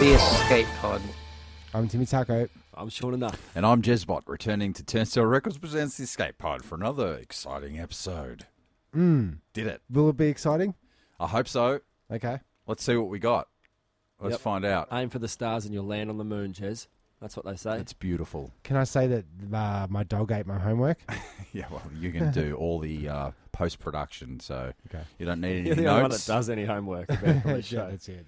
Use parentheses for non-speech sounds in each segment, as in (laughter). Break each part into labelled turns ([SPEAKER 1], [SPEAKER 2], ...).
[SPEAKER 1] The Escape Pod.
[SPEAKER 2] I'm Um, Timmy Taco.
[SPEAKER 3] I'm Sean enough.
[SPEAKER 4] And I'm Jezbot, returning to Turnstile Records Presents The Escape Pod for another exciting episode.
[SPEAKER 3] Hmm.
[SPEAKER 4] Did it.
[SPEAKER 2] Will it be exciting?
[SPEAKER 4] I hope so.
[SPEAKER 2] Okay.
[SPEAKER 4] Let's see what we got. Let's
[SPEAKER 3] Yep.
[SPEAKER 4] find out.
[SPEAKER 3] Aim for the stars and you'll land on the moon, Jez. That's what they say.
[SPEAKER 4] It's beautiful. (laughs)
[SPEAKER 2] Can I say that uh, my dog ate my
[SPEAKER 3] (laughs)
[SPEAKER 2] homework?
[SPEAKER 4] Yeah, well, you can do all the uh, post production, so
[SPEAKER 2] Okay.
[SPEAKER 4] you don't
[SPEAKER 3] (laughs) (laughs)
[SPEAKER 4] need any
[SPEAKER 3] You're the only one that
[SPEAKER 4] notes.
[SPEAKER 3] does
[SPEAKER 2] (laughs)
[SPEAKER 3] any homework. about
[SPEAKER 2] Yeah,
[SPEAKER 3] the show.
[SPEAKER 2] That's it.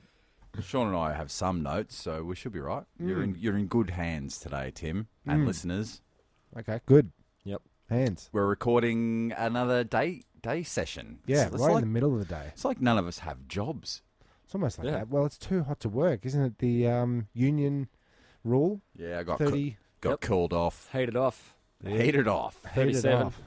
[SPEAKER 4] Sean and I have some notes, so we should be right. You're
[SPEAKER 3] Hmm.
[SPEAKER 4] in you're in good hands today, Tim and listeners.
[SPEAKER 2] Okay. Good.
[SPEAKER 3] Yep.
[SPEAKER 2] Hands.
[SPEAKER 4] We're recording another day day session.
[SPEAKER 2] Yeah,
[SPEAKER 4] it's, it's
[SPEAKER 2] right in
[SPEAKER 4] like,
[SPEAKER 2] the middle of the day.
[SPEAKER 4] it's like none of us have jobs.
[SPEAKER 2] It's almost like
[SPEAKER 3] Yeah.
[SPEAKER 2] that. Well, it's too hot to work, isn't it? The um, union rule.
[SPEAKER 4] Yeah, I
[SPEAKER 3] Oh,
[SPEAKER 4] got ca-
[SPEAKER 2] 30.
[SPEAKER 4] got
[SPEAKER 3] Yep.
[SPEAKER 4] called off,
[SPEAKER 3] Heat it off.
[SPEAKER 4] heated off.
[SPEAKER 2] heated
[SPEAKER 3] 37.
[SPEAKER 2] off.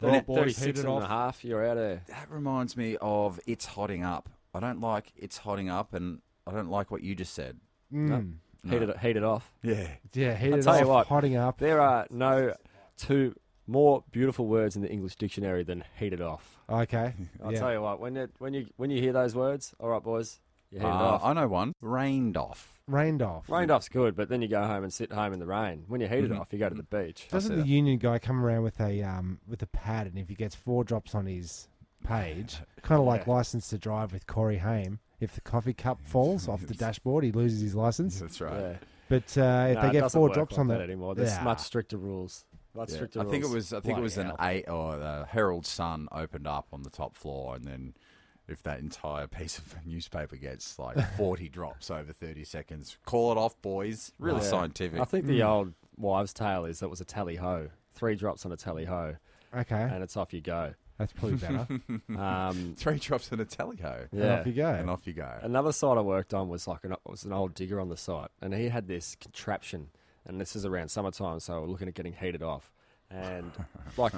[SPEAKER 4] Well,
[SPEAKER 3] Thirty-
[SPEAKER 4] boys,
[SPEAKER 3] 36
[SPEAKER 4] heat it
[SPEAKER 3] and a
[SPEAKER 4] off.
[SPEAKER 3] half, you're out of
[SPEAKER 4] That reminds me of it's hotting up. I don't like it's hotting up, and I don't like what you just said.
[SPEAKER 2] Mm.
[SPEAKER 4] No.
[SPEAKER 3] heat it, heat it off.
[SPEAKER 4] Yeah,
[SPEAKER 2] Yeah, heated
[SPEAKER 3] tell
[SPEAKER 2] off,
[SPEAKER 3] you what.
[SPEAKER 2] hotting up.
[SPEAKER 3] There are no two more beautiful words in the English dictionary than heat it off.
[SPEAKER 2] Okay.
[SPEAKER 3] I'll
[SPEAKER 2] yeah.
[SPEAKER 3] tell you what, when you when you when you hear those words, all right, boys, you heat
[SPEAKER 4] Uh,
[SPEAKER 3] it off.
[SPEAKER 4] I know one. Rained off.
[SPEAKER 2] Rained off.
[SPEAKER 3] Rained off's good, but then you go home and sit home in the rain. When you heat it
[SPEAKER 4] Mhm.
[SPEAKER 3] off, you go to the beach.
[SPEAKER 2] Mm-hmm. Doesn't
[SPEAKER 4] see
[SPEAKER 2] the
[SPEAKER 4] that.
[SPEAKER 2] union guy come around with a um, with a pad, and if he gets four drops on his
[SPEAKER 3] (laughs)
[SPEAKER 2] page, kind of like
[SPEAKER 3] Yeah.
[SPEAKER 2] license to drive with Corey Haim. If the coffee cup
[SPEAKER 3] (laughs)
[SPEAKER 2] falls off the dashboard, he loses his license.
[SPEAKER 4] That's right.
[SPEAKER 3] Yeah.
[SPEAKER 2] But uh, if
[SPEAKER 3] Nah,
[SPEAKER 2] they
[SPEAKER 3] it
[SPEAKER 2] get
[SPEAKER 3] doesn't
[SPEAKER 2] four
[SPEAKER 3] work
[SPEAKER 2] drops
[SPEAKER 3] like
[SPEAKER 2] on
[SPEAKER 3] that
[SPEAKER 2] the
[SPEAKER 3] anymore. There's
[SPEAKER 2] Yeah.
[SPEAKER 3] much stricter rules. Much
[SPEAKER 4] Yeah.
[SPEAKER 3] stricter
[SPEAKER 4] I
[SPEAKER 3] rules.
[SPEAKER 4] think it was. I think it was an
[SPEAKER 2] Bloody
[SPEAKER 4] eight or the Herald Sun opened up on the top floor, and then if that entire piece of (laughs) newspaper
[SPEAKER 3] (laughs)
[SPEAKER 4] gets like forty drops over thirty seconds, call it off, boys. Really
[SPEAKER 3] Yeah.
[SPEAKER 4] scientific.
[SPEAKER 3] I think
[SPEAKER 2] Hmm.
[SPEAKER 3] the old wives' tale is that it was a tally ho, three drops on a tally ho,
[SPEAKER 2] Okay,
[SPEAKER 3] and it's off you
[SPEAKER 4] (laughs)
[SPEAKER 3] go.
[SPEAKER 2] that's probably
[SPEAKER 3] (laughs)
[SPEAKER 2] better.
[SPEAKER 3] Um,
[SPEAKER 4] Three drops in a tally ho,
[SPEAKER 2] And
[SPEAKER 3] yeah.
[SPEAKER 2] off you go.
[SPEAKER 4] and off you go. (laughs)
[SPEAKER 3] Another site I worked on was like an, was an old digger on the site, and he had this contraption, and this is around summertime, so we're looking at getting heated off. And
[SPEAKER 4] (laughs)
[SPEAKER 3] like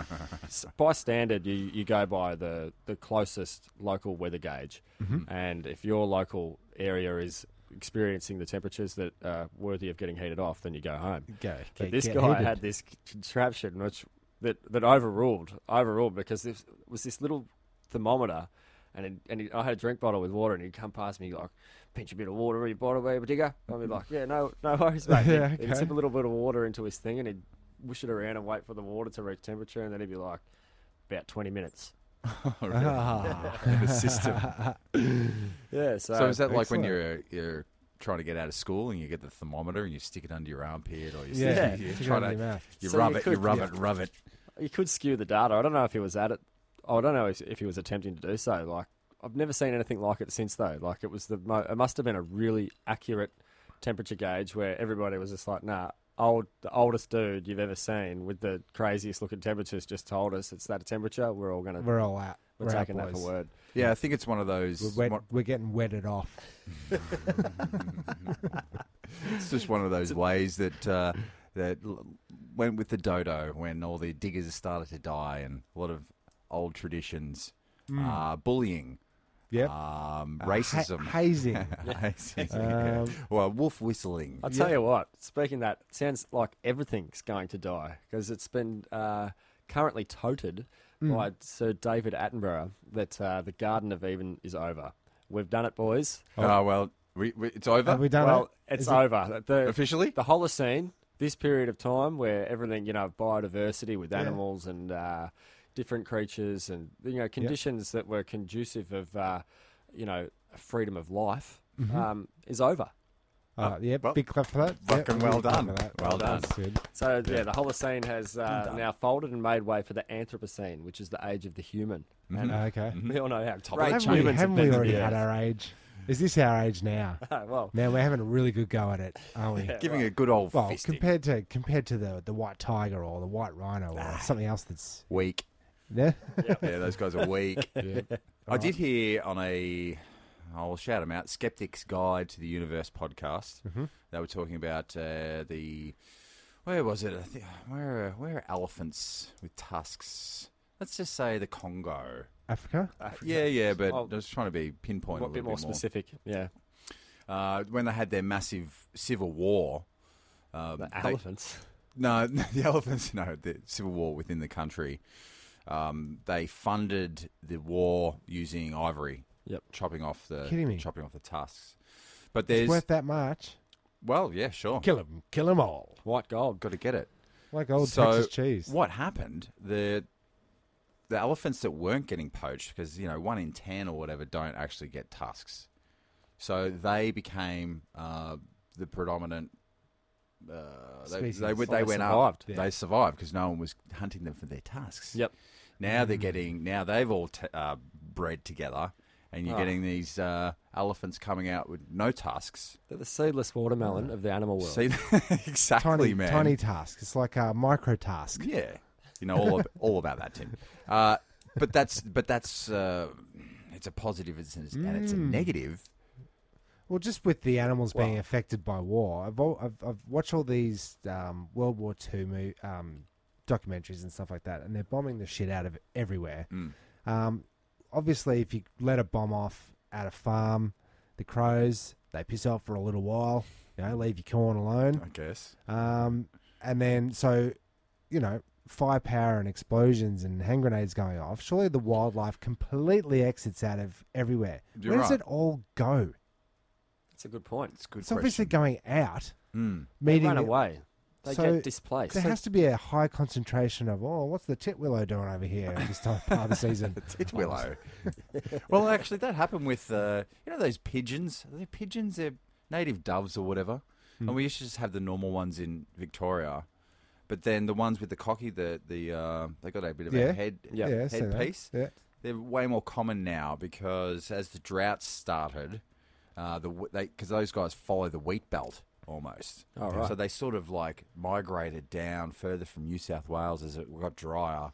[SPEAKER 3] s- by standard, you, you go by the, the closest local weather gauge,
[SPEAKER 2] Mm-hmm.
[SPEAKER 3] and if your local area is experiencing the temperatures that are worthy of getting heated off, then you go home.
[SPEAKER 2] go.
[SPEAKER 3] But
[SPEAKER 2] get-
[SPEAKER 3] this
[SPEAKER 2] get
[SPEAKER 3] guy
[SPEAKER 2] heated.
[SPEAKER 3] had this contraption which that, that overruled overruled because this was this little thermometer, and it, and it, I had a drink bottle with water, and he'd come past me like, pinch a bit of water in your bottle, baby digger. I'd be like, yeah, no, no worries, mate.
[SPEAKER 2] Yeah,
[SPEAKER 3] he'd,
[SPEAKER 2] okay.
[SPEAKER 3] he'd sip a little bit of water into his thing, and he'd wish it around and wait for the water to reach temperature, and then he'd be like, about twenty minutes. (laughs)
[SPEAKER 2] Ah,
[SPEAKER 4] the system.
[SPEAKER 3] Yeah, so,
[SPEAKER 4] So is that like when you're
[SPEAKER 2] Excellent.
[SPEAKER 4] you're trying to get out of school and you get the thermometer and you stick it under your armpit or you
[SPEAKER 2] yeah.
[SPEAKER 4] stick it, you
[SPEAKER 2] Stick it
[SPEAKER 4] try
[SPEAKER 2] under your
[SPEAKER 4] to
[SPEAKER 2] mouth.
[SPEAKER 4] you
[SPEAKER 3] So
[SPEAKER 4] rub
[SPEAKER 3] you
[SPEAKER 4] it, you
[SPEAKER 3] could-
[SPEAKER 4] rub
[SPEAKER 3] yeah.
[SPEAKER 4] it, rub it.
[SPEAKER 3] you could skew the data. I don't know if he was at it. I don't know if, if he was attempting to do so. Like I've never seen anything like it since though. Like it was the mo- it must have been a really accurate temperature gauge where everybody was just like, nah. Old, the oldest dude you've ever seen with the craziest looking temperatures just told us it's that temperature. We're all gonna we're,
[SPEAKER 2] We're all out. We're, out,
[SPEAKER 3] taking that
[SPEAKER 2] boys.
[SPEAKER 3] for word.
[SPEAKER 4] Yeah, I think it's one of those.
[SPEAKER 2] We're, wet,
[SPEAKER 4] one-
[SPEAKER 2] we're getting wetted off.
[SPEAKER 3] Ah,
[SPEAKER 4] it's just one
[SPEAKER 2] (laughs)
[SPEAKER 4] of those ways that uh, that l- went with the dodo when all the diggers started to die and a lot of old traditions, uh, bullying,
[SPEAKER 2] Yep.
[SPEAKER 4] um,
[SPEAKER 2] Hmm. Uh, ha-
[SPEAKER 4] racism. (laughs)
[SPEAKER 3] (laughs)
[SPEAKER 2] hazing.
[SPEAKER 4] Hazing, yeah.
[SPEAKER 2] Um,
[SPEAKER 4] well, wolf whistling.
[SPEAKER 3] I tell you what, speaking of that, it sounds like everything's going to die because it's been uh, currently toted
[SPEAKER 2] Hmm.
[SPEAKER 3] by Sir David Attenborough that uh, the Garden of Eden is over. We've done it, boys.
[SPEAKER 4] Oh well, we, we, it's over
[SPEAKER 2] Have we done
[SPEAKER 3] well,
[SPEAKER 2] it?
[SPEAKER 3] it's
[SPEAKER 2] Is
[SPEAKER 3] over. The,
[SPEAKER 4] officially.
[SPEAKER 3] the Holocene, this period of time where everything, you know, biodiversity with animals and uh, different creatures and, you know, conditions that were conducive of, uh, you know, freedom of life
[SPEAKER 2] Mm-hmm.
[SPEAKER 3] um, is over.
[SPEAKER 2] Uh, yep.
[SPEAKER 4] well,
[SPEAKER 2] big clap for that. Yep,
[SPEAKER 4] fucking
[SPEAKER 2] big
[SPEAKER 4] well
[SPEAKER 2] clap
[SPEAKER 4] done.
[SPEAKER 2] for that.
[SPEAKER 4] Well done.
[SPEAKER 2] That's good.
[SPEAKER 3] So yeah, the Holocene has uh, now folded and made way for the Anthropocene, which is the age of the human. And
[SPEAKER 2] Okay.
[SPEAKER 3] we all know how top
[SPEAKER 4] Well,
[SPEAKER 2] Haven't we,
[SPEAKER 4] humans have
[SPEAKER 2] haven't
[SPEAKER 4] been
[SPEAKER 2] we
[SPEAKER 4] to
[SPEAKER 2] already
[SPEAKER 4] the
[SPEAKER 2] had our age? Is this our age now?
[SPEAKER 3] Oh, well,
[SPEAKER 2] Man, we're having a really good go at it, aren't
[SPEAKER 4] (laughs)
[SPEAKER 2] we?
[SPEAKER 4] Giving a good old
[SPEAKER 2] Well,
[SPEAKER 4] fisting.
[SPEAKER 2] compared to compared to the the white tiger or the white rhino
[SPEAKER 4] Ah.
[SPEAKER 2] or something else that's
[SPEAKER 4] weak.
[SPEAKER 2] yeah. (laughs)
[SPEAKER 4] Yeah, those guys are
[SPEAKER 3] (laughs)
[SPEAKER 4] weak. I did hear on a, I'll shout them out, Skeptic's Guide to the Universe podcast.
[SPEAKER 3] Mm-hmm.
[SPEAKER 4] They were talking about uh, the, where was it? I think, where, are- where are elephants with tusks? Let's just say the Congo.
[SPEAKER 2] Africa.
[SPEAKER 4] Yeah, yeah, but
[SPEAKER 3] Oh.
[SPEAKER 4] I was trying to be
[SPEAKER 3] a
[SPEAKER 4] pinpoint a little
[SPEAKER 3] bit more specific. Yeah,
[SPEAKER 4] Uh, when they had their massive civil war. Um,
[SPEAKER 3] the
[SPEAKER 4] they-
[SPEAKER 3] elephants.
[SPEAKER 4] no, (laughs) the elephants. No, the civil war within the country. Um, they funded the war using ivory.
[SPEAKER 3] Yep.
[SPEAKER 4] Chopping off the
[SPEAKER 2] Kidding me?
[SPEAKER 4] chopping off the tusks. But
[SPEAKER 2] It's
[SPEAKER 4] there's
[SPEAKER 2] worth that much.
[SPEAKER 4] well, yeah, sure.
[SPEAKER 2] Kill them. Kill them all.
[SPEAKER 3] White gold.
[SPEAKER 4] Got to get it.
[SPEAKER 2] Like old
[SPEAKER 4] So,
[SPEAKER 2] Texas cheese.
[SPEAKER 4] What happened? The the elephants that weren't getting poached, because you know one in ten or whatever don't actually get tusks, so they became uh, the predominant. Uh, they,
[SPEAKER 2] Species.
[SPEAKER 4] they, went-
[SPEAKER 3] Well,
[SPEAKER 4] they
[SPEAKER 3] they
[SPEAKER 4] went
[SPEAKER 3] survived.
[SPEAKER 4] up.
[SPEAKER 2] Yeah.
[SPEAKER 4] They survived because no one was hunting them for their tusks.
[SPEAKER 3] Yep.
[SPEAKER 4] Now they're getting. Now they've all t- uh, bred together, and you're
[SPEAKER 3] Ah.
[SPEAKER 4] getting these uh, elephants coming out with no tusks.
[SPEAKER 3] They're the seedless watermelon of the animal world.
[SPEAKER 4] See, (laughs) exactly,
[SPEAKER 2] Tiny,
[SPEAKER 4] man.
[SPEAKER 2] tiny task. It's like a micro task.
[SPEAKER 4] Yeah, you know all ab- all about that, Tim. Uh, but that's but that's uh, it's a positive and it's, and it's a
[SPEAKER 2] Mm.
[SPEAKER 4] negative.
[SPEAKER 2] Well, just with the animals being
[SPEAKER 3] Well-
[SPEAKER 2] affected by war, I've, all, I've, I've watched all these um, World War II mo- um, documentaries and stuff like that, and they're bombing the shit out of everywhere.
[SPEAKER 4] Mm.
[SPEAKER 2] Um, obviously, if you let a bomb off at a farm, the crows, they piss off for a little while, you know, leave your corn alone.
[SPEAKER 4] I guess.
[SPEAKER 2] Um, and then, so, you know, firepower and explosions and hand grenades going off, surely the wildlife completely exits out of everywhere.
[SPEAKER 4] You're
[SPEAKER 2] Where does
[SPEAKER 4] right.
[SPEAKER 2] it all go?
[SPEAKER 3] That's a good point.
[SPEAKER 4] It's a good.
[SPEAKER 2] It's obviously going out,
[SPEAKER 4] Mm.
[SPEAKER 3] They
[SPEAKER 2] meeting.
[SPEAKER 3] run away. They
[SPEAKER 2] So
[SPEAKER 3] get displaced.
[SPEAKER 2] There has to be a high concentration of, oh, what's the tit willow doing over here at this time part of the season? (laughs)
[SPEAKER 4] Tit willow. (laughs) well, actually, that happened with uh, you know those pigeons. Are they pigeons? They're native doves or whatever.
[SPEAKER 2] Hmm.
[SPEAKER 4] And we used to just have the normal ones in Victoria, but then the ones with the cocky, the the uh, they got a bit of
[SPEAKER 2] Yeah.
[SPEAKER 4] a head
[SPEAKER 3] Yeah.
[SPEAKER 2] I see that.
[SPEAKER 4] headpiece.
[SPEAKER 2] Yeah.
[SPEAKER 4] they're way more common now because as the droughts started, uh, the because those guys follow the wheat belt almost.
[SPEAKER 3] Oh, right.
[SPEAKER 4] So they sort of like migrated down further from New South Wales as it got drier,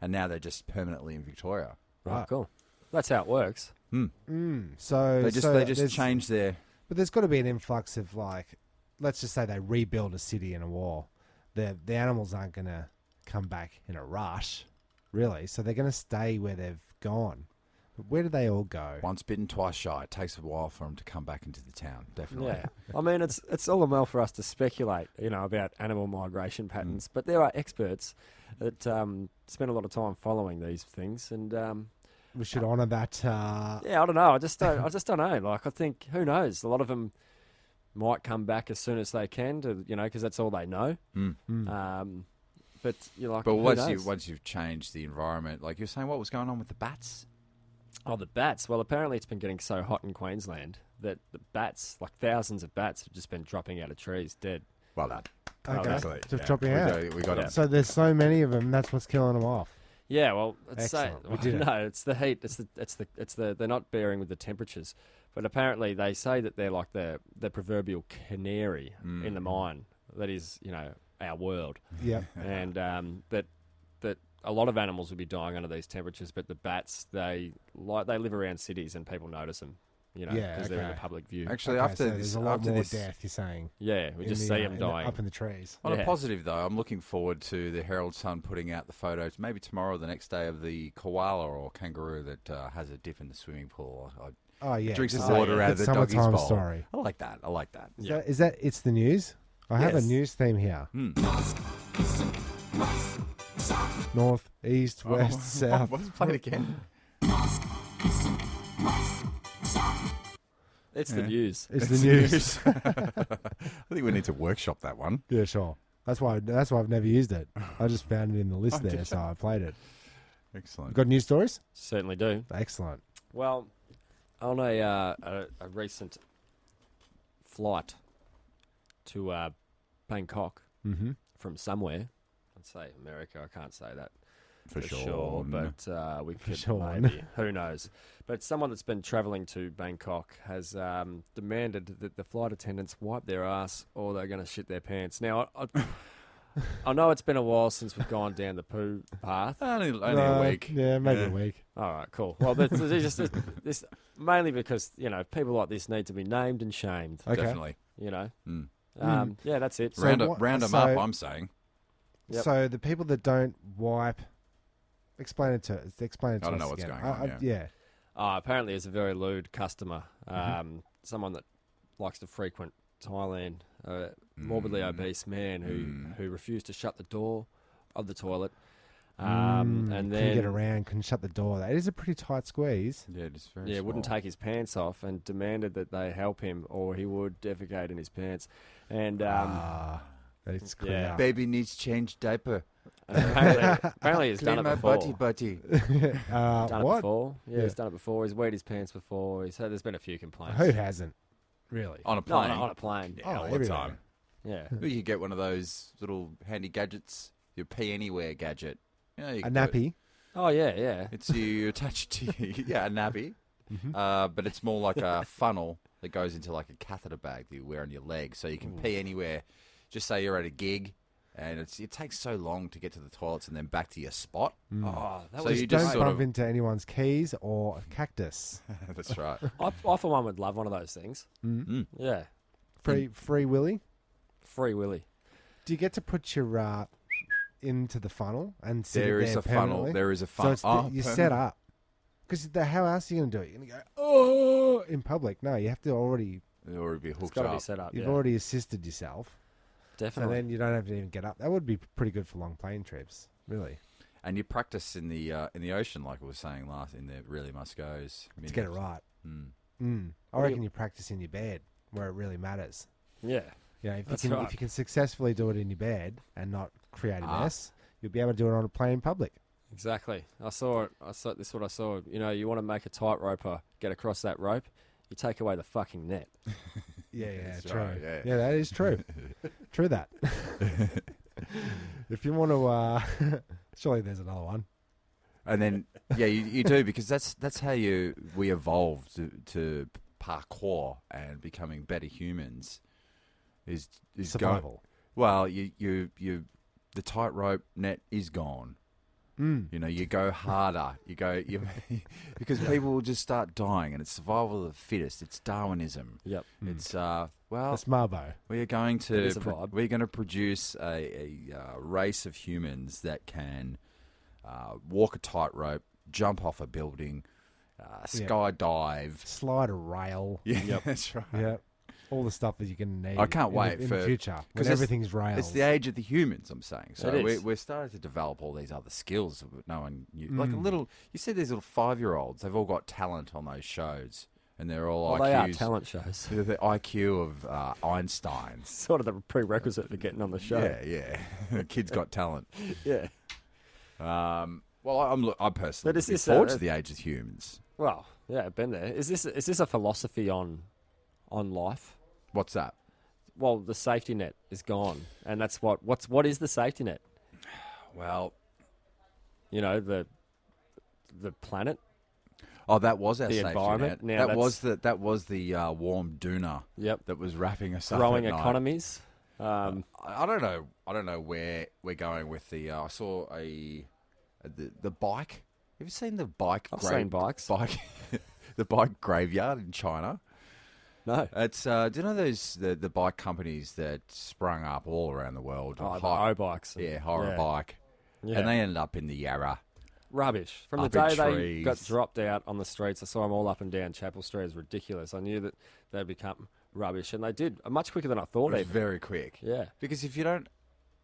[SPEAKER 4] and now they're just permanently in Victoria.
[SPEAKER 3] Right, cool. That's how it works.
[SPEAKER 2] Mm. So
[SPEAKER 4] They just
[SPEAKER 2] so
[SPEAKER 4] they just
[SPEAKER 2] there's-
[SPEAKER 4] changed their
[SPEAKER 2] But there's got to be an influx of like, let's just say they rebuild a city in a war. The the animals aren't going to come back in a rush, really. So they're going to stay where they've gone. But where do they all go?
[SPEAKER 4] once bitten twice shy. It takes a while for them to come back into the town. Definitely.
[SPEAKER 3] Yeah. I mean, it's it's all the well for us to speculate, you know, about animal migration patterns, but there are experts that um, spend a lot of time following these things, and um,
[SPEAKER 2] We should honour that. Uh,
[SPEAKER 3] yeah, I don't know. I just don't. I just don't know. Like, I think who knows? A lot of them might come back as soon as they can, to you know, because that's all they know.
[SPEAKER 4] Mm.
[SPEAKER 2] mm.
[SPEAKER 3] Um, but you're like,
[SPEAKER 4] But
[SPEAKER 3] who
[SPEAKER 4] once
[SPEAKER 3] knows?
[SPEAKER 4] you once you've changed the environment, like you're saying, what was going on with the bats?
[SPEAKER 3] Oh, the bats. Well, apparently it's been getting so hot in Queensland that the bats, like thousands of bats, have just been dropping out of trees dead.
[SPEAKER 4] Well, that
[SPEAKER 2] okay.
[SPEAKER 4] obviously,
[SPEAKER 2] Just
[SPEAKER 4] yeah.
[SPEAKER 2] dropping out.
[SPEAKER 4] we got, we got
[SPEAKER 3] Yeah.
[SPEAKER 4] it.
[SPEAKER 2] So there's so many of them. That's what's killing them off.
[SPEAKER 3] Yeah, well, it's so,
[SPEAKER 2] Excellent. We did it.
[SPEAKER 3] no, it's the heat. It's the it's the it's the they're not bearing with the temperatures. But apparently they say that they're like the the proverbial canary
[SPEAKER 4] Mm.
[SPEAKER 3] in the mine. That is, you know, our world,
[SPEAKER 2] Yep.
[SPEAKER 3] and um, that that a lot of animals would be dying under these temperatures. But the bats, they like they live around cities, and people notice them. You know, because
[SPEAKER 2] Yeah,
[SPEAKER 3] they're in the
[SPEAKER 2] okay.
[SPEAKER 3] public view.
[SPEAKER 4] Actually,
[SPEAKER 2] Okay,
[SPEAKER 4] after
[SPEAKER 2] so
[SPEAKER 4] this,
[SPEAKER 2] there's a lot
[SPEAKER 4] after
[SPEAKER 2] more
[SPEAKER 4] this,
[SPEAKER 2] death. You're saying
[SPEAKER 3] yeah, we
[SPEAKER 2] in
[SPEAKER 3] just
[SPEAKER 2] the,
[SPEAKER 3] see
[SPEAKER 2] uh,
[SPEAKER 3] them
[SPEAKER 2] in the-
[SPEAKER 3] dying.
[SPEAKER 2] up in the trees.
[SPEAKER 4] On a
[SPEAKER 3] Yeah.
[SPEAKER 4] positive though, I'm looking forward to the Herald Sun putting out the photos, maybe tomorrow or the next day, of the koala or kangaroo that uh, has a dip in the swimming pool. I,
[SPEAKER 2] Oh yeah,
[SPEAKER 4] drinks
[SPEAKER 2] just
[SPEAKER 4] the
[SPEAKER 2] a-
[SPEAKER 4] water out of
[SPEAKER 2] good
[SPEAKER 4] the doggy's
[SPEAKER 2] summertime
[SPEAKER 4] bowl.
[SPEAKER 2] Story.
[SPEAKER 4] I like that. I like that.
[SPEAKER 2] Is,
[SPEAKER 3] Yeah.
[SPEAKER 2] that, is that it's the news? I have a
[SPEAKER 3] Yes.
[SPEAKER 2] news theme here. Hmm.
[SPEAKER 4] Hmm.
[SPEAKER 2] North, east,
[SPEAKER 4] Oh.
[SPEAKER 2] west,
[SPEAKER 4] (laughs)
[SPEAKER 2] south.
[SPEAKER 4] What's played
[SPEAKER 2] (laughs)
[SPEAKER 4] again?
[SPEAKER 3] It's the news.
[SPEAKER 2] It's
[SPEAKER 3] (laughs)
[SPEAKER 2] the news.
[SPEAKER 4] I think we need to workshop that one.
[SPEAKER 2] (laughs) yeah, sure. That's why. That's why I've never used it. I just found it in the
[SPEAKER 4] (laughs)
[SPEAKER 2] list there, so I played it.
[SPEAKER 4] Excellent.
[SPEAKER 2] We've got news stories.
[SPEAKER 3] Certainly do.
[SPEAKER 2] Excellent.
[SPEAKER 3] Well, on a uh, a, a recent flight to uh, Bangkok
[SPEAKER 2] Mm-hmm.
[SPEAKER 3] from somewhere, I'd say America. I can't say that
[SPEAKER 4] for, sure.
[SPEAKER 3] but uh, we could
[SPEAKER 2] sure.
[SPEAKER 3] maybe. Who knows? But someone that's been travelling to Bangkok has um, demanded that the flight attendants wipe their ass, or they're going to shit their pants. Now. I, I, I know it's been a while since we've gone down the poo path,
[SPEAKER 4] only only a week.
[SPEAKER 2] Uh, Yeah, maybe
[SPEAKER 4] Yeah.
[SPEAKER 2] a week.
[SPEAKER 3] All right, cool. Well, this, this, is just this mainly because you know people like this need to be named and shamed.
[SPEAKER 2] Okay.
[SPEAKER 4] Definitely.
[SPEAKER 3] You know,
[SPEAKER 4] Mm.
[SPEAKER 3] um, yeah, that's it.
[SPEAKER 2] So
[SPEAKER 4] round up,
[SPEAKER 2] what-
[SPEAKER 4] round 'em
[SPEAKER 2] so-
[SPEAKER 4] up. I'm saying.
[SPEAKER 3] Yep.
[SPEAKER 2] So the people that don't wipe, explain it to us. Explain it to
[SPEAKER 4] I
[SPEAKER 2] us
[SPEAKER 4] don't know what's
[SPEAKER 2] again.
[SPEAKER 4] going on,
[SPEAKER 2] I- I- yeah.
[SPEAKER 3] Oh, apparently, it's a very lewd customer, um,
[SPEAKER 2] Mm-hmm.
[SPEAKER 3] someone that likes to frequent Thailand, uh, a
[SPEAKER 2] Mm.
[SPEAKER 3] morbidly obese man who who refused to shut the door of the toilet. Um,
[SPEAKER 2] Mm,
[SPEAKER 3] and
[SPEAKER 2] couldn't
[SPEAKER 3] then
[SPEAKER 2] get around, couldn't shut the door. That is a pretty tight squeeze.
[SPEAKER 4] Yeah, it's very
[SPEAKER 3] yeah, wouldn't
[SPEAKER 4] small.
[SPEAKER 3] take his pants off and demanded that they help him, or he would defecate in his pants. And um,
[SPEAKER 2] Ah, that's clear.
[SPEAKER 3] yeah.
[SPEAKER 4] Baby needs change diaper.
[SPEAKER 2] (laughs)
[SPEAKER 3] apparently, apparently he's
[SPEAKER 4] Clean
[SPEAKER 3] done
[SPEAKER 4] my
[SPEAKER 3] it before.
[SPEAKER 4] body, buddy.
[SPEAKER 3] (laughs)
[SPEAKER 2] uh,
[SPEAKER 3] done it
[SPEAKER 2] what?
[SPEAKER 3] before. Yeah,
[SPEAKER 2] Yeah.
[SPEAKER 3] he's done it before. He's weed his pants before. He's had, there's been a few complaints.
[SPEAKER 2] Who hasn't? Really?
[SPEAKER 4] On a
[SPEAKER 3] No,
[SPEAKER 4] plane.
[SPEAKER 3] on a- on a plane.
[SPEAKER 4] Yeah,
[SPEAKER 2] Oh,
[SPEAKER 4] all the
[SPEAKER 2] everywhere.
[SPEAKER 4] time.
[SPEAKER 3] Yeah.
[SPEAKER 4] You could get one of those little handy gadgets, your pee anywhere gadget. Yeah, you
[SPEAKER 2] A
[SPEAKER 4] could do it.
[SPEAKER 2] nappy.
[SPEAKER 3] Oh yeah, yeah.
[SPEAKER 4] It's you, you attach it to (laughs) you. yeah, a nappy.
[SPEAKER 2] Mm-hmm.
[SPEAKER 4] Uh, but it's more
[SPEAKER 2] (laughs)
[SPEAKER 4] like a funnel that goes into like a catheter bag that you wear on your leg, so you can pee anywhere. Just say you're at a gig, and it's it takes so long to get to the toilets and then back to your spot.
[SPEAKER 2] Mm.
[SPEAKER 3] Oh, that
[SPEAKER 4] So
[SPEAKER 3] was.
[SPEAKER 4] you
[SPEAKER 2] Don't
[SPEAKER 4] just sort
[SPEAKER 2] bump
[SPEAKER 4] of-
[SPEAKER 2] into anyone's keys or a
[SPEAKER 4] (laughs)
[SPEAKER 2] cactus.
[SPEAKER 4] (laughs) That's right.
[SPEAKER 3] I, I for one would love one of those things.
[SPEAKER 4] Mm.
[SPEAKER 3] Yeah,
[SPEAKER 2] Free, free willy.
[SPEAKER 3] free willy.
[SPEAKER 2] Do you get to put your uh, into the funnel and sit it
[SPEAKER 4] There
[SPEAKER 2] there
[SPEAKER 4] is a funnel.
[SPEAKER 2] permanently?
[SPEAKER 4] There is a
[SPEAKER 2] So
[SPEAKER 4] funnel. Oh,
[SPEAKER 2] it's the, you set up because how else are you going to do it? You're going to go oh in public? No, you have to already.
[SPEAKER 4] Or it'd be
[SPEAKER 3] It's
[SPEAKER 4] hooked
[SPEAKER 3] got to
[SPEAKER 4] up.
[SPEAKER 3] be set up.
[SPEAKER 2] You've
[SPEAKER 3] yeah.
[SPEAKER 2] already assisted yourself, so
[SPEAKER 3] Definitely.
[SPEAKER 2] then you don't have to even get up. That would be pretty good for long plane trips, really,
[SPEAKER 4] and you practice in the uh, in the ocean, like I was saying last. In the really must goes.
[SPEAKER 2] to get it right.
[SPEAKER 4] Mm.
[SPEAKER 2] Mm. I
[SPEAKER 3] What do you-
[SPEAKER 2] reckon you practice in your bed where it really matters.
[SPEAKER 3] yeah.
[SPEAKER 2] You know, if you,
[SPEAKER 3] That's
[SPEAKER 2] can,
[SPEAKER 3] right.
[SPEAKER 2] if you can successfully do it in your bed and not create a
[SPEAKER 4] Ah.
[SPEAKER 2] mess, you'll be able to do it on a plane in public.
[SPEAKER 3] Exactly. I saw it. I saw this. Is what I saw. You know, you want to make a tightroper get across that rope. You take away the fucking net.
[SPEAKER 2] Yeah, yeah,
[SPEAKER 4] That's
[SPEAKER 2] true.
[SPEAKER 4] right, yeah.
[SPEAKER 2] yeah, that is true.
[SPEAKER 4] (laughs)
[SPEAKER 2] true that. if you want to, uh, (laughs) surely there's another one.
[SPEAKER 4] And then yeah, you, you do because that's that's how you we evolved to, to parkour and becoming better humans. Is is go-
[SPEAKER 2] Survival.
[SPEAKER 4] well, you you you the tightrope net is gone.
[SPEAKER 2] Mm.
[SPEAKER 4] You know, you go harder. You go you (laughs) because people will just start dying, and it's survival of the fittest. It's Darwinism.
[SPEAKER 3] Yep.
[SPEAKER 4] It's uh well,
[SPEAKER 2] That's Marbo.
[SPEAKER 4] we are going
[SPEAKER 3] That
[SPEAKER 4] to
[SPEAKER 3] is a
[SPEAKER 4] pro-
[SPEAKER 3] vibe.
[SPEAKER 4] we're going to produce a, a uh, race of humans that can uh, walk a tightrope, jump off a building, uh, skydive. (laughs)
[SPEAKER 2] Slide a rail.
[SPEAKER 4] Yeah, that's right.
[SPEAKER 2] Yeah. All the stuff that you're going to need.
[SPEAKER 4] I can't
[SPEAKER 2] in the-
[SPEAKER 4] wait
[SPEAKER 2] in
[SPEAKER 4] for-
[SPEAKER 2] the future
[SPEAKER 4] it's-
[SPEAKER 2] because everything's rails.
[SPEAKER 4] It's the age of the humans. I'm saying. So
[SPEAKER 3] It
[SPEAKER 4] we're,
[SPEAKER 3] is.
[SPEAKER 4] we're starting to develop all these other skills that no one knew. Like a
[SPEAKER 3] Mm.
[SPEAKER 4] little, you see these little five year olds. They've all got talent on those shows, and they're all
[SPEAKER 3] Well,
[SPEAKER 4] IQs.
[SPEAKER 3] they are talent shows. (laughs)
[SPEAKER 4] they're the IQ of uh, Einstein.
[SPEAKER 3] sort of the prerequisite for getting on the show.
[SPEAKER 4] Yeah, yeah. (laughs) the kid's got talent.
[SPEAKER 3] Yeah.
[SPEAKER 4] Um, well, I- I'm. I personally
[SPEAKER 3] But is uh,
[SPEAKER 4] looking
[SPEAKER 3] this
[SPEAKER 4] forward
[SPEAKER 3] a-
[SPEAKER 4] to the age of humans.
[SPEAKER 3] Well, yeah, I've been there. Is this is this a philosophy on on life?
[SPEAKER 4] What's that?
[SPEAKER 3] Well, the safety net is gone, and that's what what's what is the safety net?
[SPEAKER 4] Well,
[SPEAKER 3] You know, the the planet.
[SPEAKER 4] oh, that was our
[SPEAKER 3] The
[SPEAKER 4] safety
[SPEAKER 3] environment?
[SPEAKER 4] net.
[SPEAKER 3] Now
[SPEAKER 4] that
[SPEAKER 3] that's-
[SPEAKER 4] was the that was the uh, warm doona
[SPEAKER 3] Yep.
[SPEAKER 4] that was wrapping us up.
[SPEAKER 3] Growing
[SPEAKER 4] at night.
[SPEAKER 3] economies. Um,
[SPEAKER 4] I I don't know. I don't know where we're going with the. Uh, I saw a uh, the the bike. Have you seen the bike?
[SPEAKER 3] I've seen bikes.
[SPEAKER 4] Bike. (laughs) the bike graveyard in China.
[SPEAKER 3] no.
[SPEAKER 4] It's uh, do you know those the, the bike companies that sprung up all around the world?
[SPEAKER 3] Oh, the
[SPEAKER 4] Hi-
[SPEAKER 3] O bikes.
[SPEAKER 4] yeah, horror
[SPEAKER 3] Yeah.
[SPEAKER 4] bike,
[SPEAKER 3] Yeah.
[SPEAKER 4] and they ended up in the Yarra.
[SPEAKER 3] Rubbish. From the
[SPEAKER 4] Up
[SPEAKER 3] day
[SPEAKER 4] in
[SPEAKER 3] they
[SPEAKER 4] trees.
[SPEAKER 3] got dropped out on the streets, I saw them all up and down Chapel Street. It was ridiculous. I knew that they'd become rubbish, and they did uh, much quicker than I thought.
[SPEAKER 4] It was
[SPEAKER 3] even.
[SPEAKER 4] very quick.
[SPEAKER 3] Yeah.
[SPEAKER 4] Because if you don't,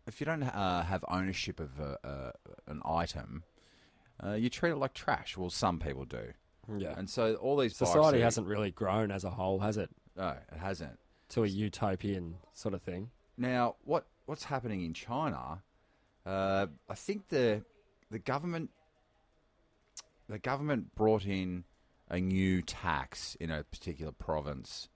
[SPEAKER 4] if you don't uh, have ownership of a, uh, an item, uh, you treat it like trash. Well, some people do,
[SPEAKER 3] Yeah.
[SPEAKER 4] and so all these bikes
[SPEAKER 3] Society
[SPEAKER 4] are-
[SPEAKER 3] hasn't really grown as a whole, has it?
[SPEAKER 4] No, it hasn't.
[SPEAKER 3] To a utopian sort of thing.
[SPEAKER 4] Now, what what's happening in China? Uh, I think the the government the government brought in a new tax in a particular province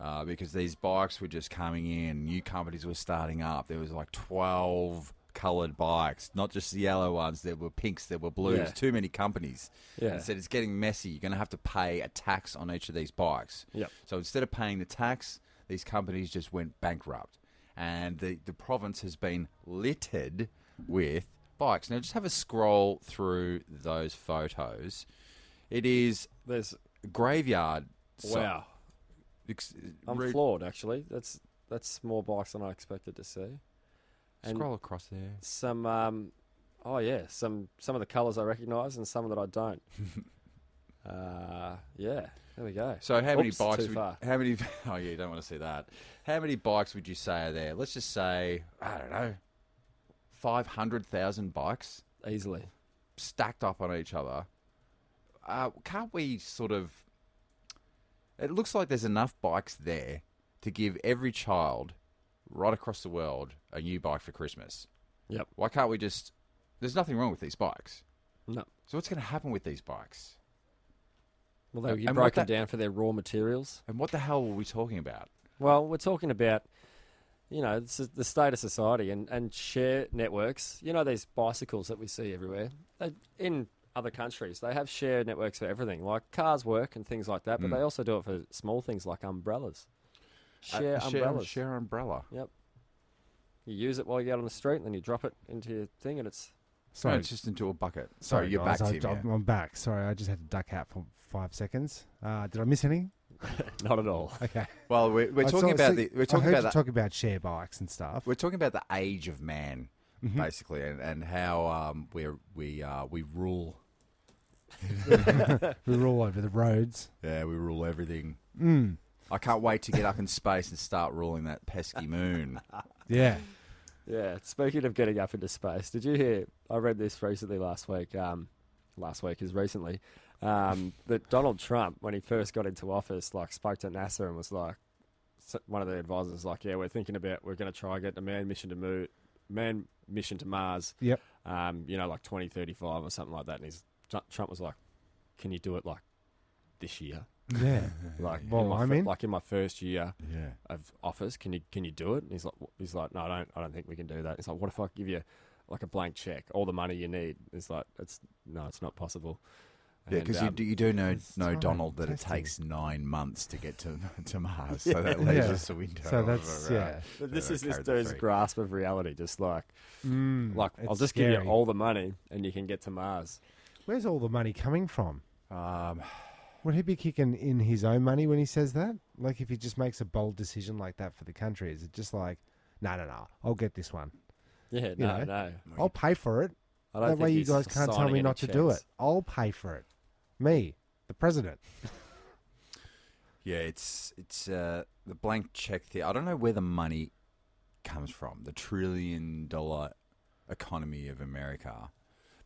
[SPEAKER 4] uh, because these bikes were just coming in. New companies were starting up. There was like twelve coloured bikes, not just the yellow ones. There were pinks, there were blues.
[SPEAKER 3] Yeah.
[SPEAKER 4] Too many companies.
[SPEAKER 3] Yeah.
[SPEAKER 4] And said it's getting messy. You're going to have to pay a tax on each of these bikes.
[SPEAKER 3] Yep.
[SPEAKER 4] So instead of paying the tax, these companies just went bankrupt. And the, the province has been littered with bikes. Now, just have a scroll through those photos. It is
[SPEAKER 3] There's
[SPEAKER 4] graveyard. so-
[SPEAKER 3] wow.
[SPEAKER 4] ex-
[SPEAKER 3] I'm
[SPEAKER 4] re-
[SPEAKER 3] floored actually. That's that's more bikes than I expected to see. And
[SPEAKER 4] scroll across there.
[SPEAKER 3] some um oh yeah, some some of the colours I recognise and some that I
[SPEAKER 4] (laughs)
[SPEAKER 3] don't. uh yeah, there we go.
[SPEAKER 4] So how many
[SPEAKER 3] Oops,
[SPEAKER 4] bikes?
[SPEAKER 3] too
[SPEAKER 4] would,
[SPEAKER 3] far.
[SPEAKER 4] How many? (laughs) Oh yeah, you don't want to see that. How many bikes would you say are there? Let's just say I don't know, five hundred thousand bikes.
[SPEAKER 3] easily.
[SPEAKER 4] stacked up on each other. Uh, can't we sort of? It looks like there's enough bikes there to give every child right across the world a new bike for Christmas.
[SPEAKER 3] Yep.
[SPEAKER 4] Why can't we just? There's nothing wrong with these bikes.
[SPEAKER 3] No.
[SPEAKER 4] So what's going to happen with these bikes?
[SPEAKER 3] Well, they
[SPEAKER 4] And-
[SPEAKER 3] were
[SPEAKER 4] and what
[SPEAKER 3] broken
[SPEAKER 4] that-
[SPEAKER 3] down for their raw materials.
[SPEAKER 4] And what the hell were we talking about?
[SPEAKER 3] Well, we're talking about, you know, this is the state of society and, and share networks. You know, these bicycles that we see everywhere. They, in other countries, they have share networks for everything, like cars work and things like that, but
[SPEAKER 4] Mm.
[SPEAKER 3] they also do it for small things like umbrellas. Share
[SPEAKER 4] Uh,
[SPEAKER 3] umbrellas.
[SPEAKER 4] Share umbrella.
[SPEAKER 3] You use it while you're out on the street, and then you drop it into your thing, and it's
[SPEAKER 4] No,
[SPEAKER 2] Sorry,
[SPEAKER 4] it's just into a bucket. Sorry,
[SPEAKER 2] sorry,
[SPEAKER 4] you're
[SPEAKER 2] guys,
[SPEAKER 4] back,
[SPEAKER 2] I,
[SPEAKER 4] Tim. yeah.
[SPEAKER 2] I'm back. Sorry, I just had to duck out for five seconds. Uh, did I miss any?
[SPEAKER 3] not at all.
[SPEAKER 2] Okay.
[SPEAKER 4] Well, we're, we're
[SPEAKER 2] I
[SPEAKER 4] talking
[SPEAKER 2] saw-
[SPEAKER 4] about
[SPEAKER 2] see,
[SPEAKER 4] the we're
[SPEAKER 2] I
[SPEAKER 4] talking
[SPEAKER 2] heard
[SPEAKER 4] about
[SPEAKER 2] you
[SPEAKER 4] the
[SPEAKER 2] talk about share bikes and stuff.
[SPEAKER 4] We're talking about the age of man,
[SPEAKER 2] Mhm.
[SPEAKER 4] basically, and, and how um, we're, we uh, we rule.
[SPEAKER 2] We were all over the
[SPEAKER 4] (laughs)
[SPEAKER 2] roads.
[SPEAKER 4] Yeah, we rule everything.
[SPEAKER 2] Mm.
[SPEAKER 4] I can't wait to get up in space and start ruling that
[SPEAKER 2] (laughs)
[SPEAKER 4] pesky moon.
[SPEAKER 2] Yeah.
[SPEAKER 3] Yeah. Speaking of getting up into space, did you hear? I read this recently last week. Um, last week is recently. Um, that Donald Trump, when he first got into office, like spoke to NASA and was like, s- one of the advisors was like, "Yeah, we're thinking about we're going to try and get a manned mission to moon, manned mission to Mars.
[SPEAKER 2] Yep.
[SPEAKER 3] Um, you know, like 2035 or something like that." And he's Tr- Trump was like, "Can you do it like this year?
[SPEAKER 4] (laughs)
[SPEAKER 2] Yeah.
[SPEAKER 3] Like,
[SPEAKER 2] Well,
[SPEAKER 3] my
[SPEAKER 2] I
[SPEAKER 3] fir-
[SPEAKER 2] mean-
[SPEAKER 3] like in my first year?"
[SPEAKER 4] Yeah.
[SPEAKER 3] of office. Can you can you do it? And he's like wh- he's like no, I don't I don't think we can do that. He's like what if I give you like a blank check, all the money you need? It's like it's no, it's not possible.
[SPEAKER 4] Yeah,
[SPEAKER 3] And,
[SPEAKER 4] because
[SPEAKER 3] um,
[SPEAKER 4] you, do- you do know,
[SPEAKER 2] it's
[SPEAKER 4] know
[SPEAKER 2] time
[SPEAKER 4] Donald, that it
[SPEAKER 2] testing.
[SPEAKER 4] takes nine months to get to, (laughs) to Mars.
[SPEAKER 2] (laughs)
[SPEAKER 4] So that leaves
[SPEAKER 2] Yeah.
[SPEAKER 4] us a window.
[SPEAKER 2] So
[SPEAKER 4] of
[SPEAKER 2] that's
[SPEAKER 4] around-
[SPEAKER 2] yeah.
[SPEAKER 3] but this
[SPEAKER 4] uh,
[SPEAKER 3] is this
[SPEAKER 4] carried the
[SPEAKER 3] dude's
[SPEAKER 4] three.
[SPEAKER 3] grasp of reality. Just like
[SPEAKER 2] Mm,
[SPEAKER 3] like I'll
[SPEAKER 2] it's
[SPEAKER 3] just give
[SPEAKER 2] scary.
[SPEAKER 3] you all the money and you can get to Mars.
[SPEAKER 2] Where's all the money coming from?
[SPEAKER 4] Um,
[SPEAKER 2] Would he be kicking in his own money when he says that? Like if he just makes a bold decision like that for the country, is it just like, no, no, no, I'll get this one.
[SPEAKER 3] Yeah, no,
[SPEAKER 2] know.
[SPEAKER 3] no.
[SPEAKER 2] I'll pay for it.
[SPEAKER 3] I don't
[SPEAKER 2] That
[SPEAKER 3] think
[SPEAKER 2] way you
[SPEAKER 3] he's
[SPEAKER 2] guys can't tell
[SPEAKER 3] signing
[SPEAKER 2] me
[SPEAKER 3] any
[SPEAKER 2] not to do it.
[SPEAKER 3] checks.
[SPEAKER 2] I'll pay for it. Me, the president.
[SPEAKER 4] yeah, it's it's uh, the blank check theory. I don't know where the money comes from, the trillion dollar economy of America.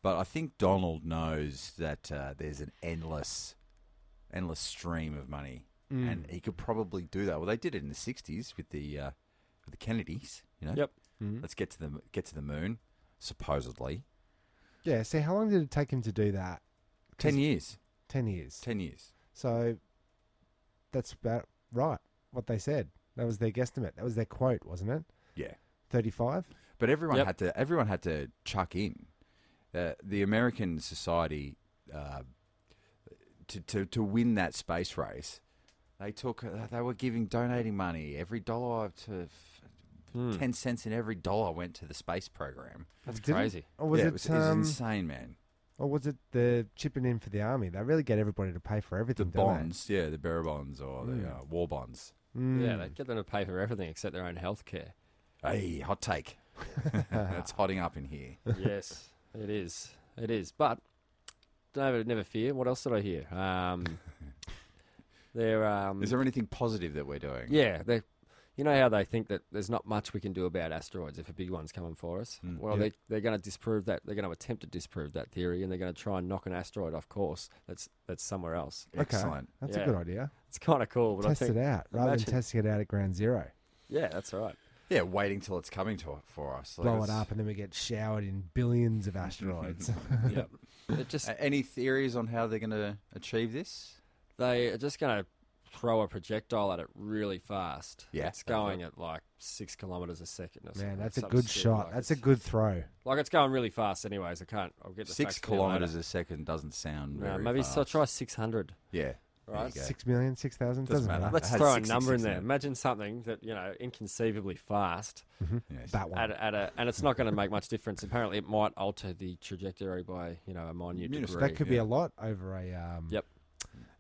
[SPEAKER 4] But I think Donald knows that uh, there's an endless, endless stream of money, and he could probably do that. Well, they did it in the '60s with the uh, with the Kennedys. You know,
[SPEAKER 3] Yep.
[SPEAKER 2] Mm.
[SPEAKER 4] let's get to the get to the moon, supposedly.
[SPEAKER 2] Yeah, see, how long did it take him to do that?
[SPEAKER 4] Ten
[SPEAKER 2] Just-
[SPEAKER 4] years.
[SPEAKER 2] 10 years.
[SPEAKER 4] Ten years.
[SPEAKER 2] So that's about right, what they said. That was their guesstimate. That was their quote, wasn't it?
[SPEAKER 4] Yeah.
[SPEAKER 2] 35?
[SPEAKER 4] But everyone
[SPEAKER 3] Yep.
[SPEAKER 4] had to everyone had to chuck in. Uh, the American society uh, to, to to win that space race, they took uh, they were giving donating money every dollar to f-
[SPEAKER 3] Hmm.
[SPEAKER 4] ten cents in every dollar went to the space program.
[SPEAKER 3] That's
[SPEAKER 2] Didn't-
[SPEAKER 3] crazy.
[SPEAKER 2] Or was
[SPEAKER 4] yeah,
[SPEAKER 2] it,
[SPEAKER 4] it was, it was
[SPEAKER 2] um,
[SPEAKER 4] insane, man.
[SPEAKER 2] or was it the chipping in for the army? They really get everybody to pay for
[SPEAKER 4] The
[SPEAKER 2] everything. don't they?
[SPEAKER 4] bonds, yeah, the bearer bonds or the
[SPEAKER 2] Mm.
[SPEAKER 4] uh, war bonds.
[SPEAKER 3] Yeah,
[SPEAKER 2] Mm.
[SPEAKER 3] they get them to pay for everything except their own health care.
[SPEAKER 4] Hey,
[SPEAKER 2] (laughs)
[SPEAKER 4] hot take. That's hotting up in here.
[SPEAKER 2] Hmm.
[SPEAKER 3] yes, it is. It is. But David, never fear. What else did I hear? Um, they're um,
[SPEAKER 4] Is there anything positive that we're doing?
[SPEAKER 3] yeah, they. You know how they think that there's not much we can do about asteroids if a big one's coming for us.
[SPEAKER 4] Mm.
[SPEAKER 3] well,
[SPEAKER 2] Yeah.
[SPEAKER 3] they they're going to disprove that. They're going to attempt to disprove that theory, and they're going to try and knock an asteroid off course. That's that's somewhere else.
[SPEAKER 2] Okay.
[SPEAKER 4] excellent.
[SPEAKER 2] That's
[SPEAKER 3] Yeah.
[SPEAKER 2] a good idea.
[SPEAKER 3] It's kind of cool, but
[SPEAKER 2] Test
[SPEAKER 3] I think
[SPEAKER 2] it out rather
[SPEAKER 3] imagine-
[SPEAKER 2] than testing it out at ground zero.
[SPEAKER 3] yeah, that's all right.
[SPEAKER 4] Yeah, waiting till it's coming to for us. Like
[SPEAKER 2] Blow it
[SPEAKER 4] it's-
[SPEAKER 2] up and then we get showered in billions of asteroids. (laughs)
[SPEAKER 3] yeah, it just
[SPEAKER 4] A- Any theories on how they're going to achieve this?
[SPEAKER 3] they are just going to throw a projectile at it really fast.
[SPEAKER 4] Yeah,
[SPEAKER 3] it's going at like six kilometers a second. Or something,
[SPEAKER 2] Man, that's a
[SPEAKER 3] something
[SPEAKER 2] good
[SPEAKER 3] stupid
[SPEAKER 2] shot.
[SPEAKER 3] like
[SPEAKER 2] That's a
[SPEAKER 3] it's-
[SPEAKER 2] good throw.
[SPEAKER 3] Like it's going really fast, anyways. I can't. I'll get the
[SPEAKER 4] Six
[SPEAKER 3] facts for you later.
[SPEAKER 4] kilometres a second doesn't sound
[SPEAKER 3] No,
[SPEAKER 4] very
[SPEAKER 3] maybe
[SPEAKER 4] fast.
[SPEAKER 3] so. Try six hundred.
[SPEAKER 4] (laughs) Yeah.
[SPEAKER 3] Right.
[SPEAKER 4] There you go.
[SPEAKER 2] Six million, six thousand,
[SPEAKER 4] Doesn't
[SPEAKER 2] doesn't
[SPEAKER 4] matter.
[SPEAKER 2] matter.
[SPEAKER 3] Let's
[SPEAKER 4] It had
[SPEAKER 3] throw a
[SPEAKER 4] 66
[SPEAKER 3] number in
[SPEAKER 4] in
[SPEAKER 3] there.
[SPEAKER 4] it.
[SPEAKER 3] Imagine something that you know inconceivably fast,
[SPEAKER 4] Yes.
[SPEAKER 2] That one.
[SPEAKER 3] at, at a, and it's not going to make much difference. Apparently, it might alter the trajectory by you know a minute degree.
[SPEAKER 4] Minuscule.
[SPEAKER 2] That could be a lot over a um,
[SPEAKER 3] Yep.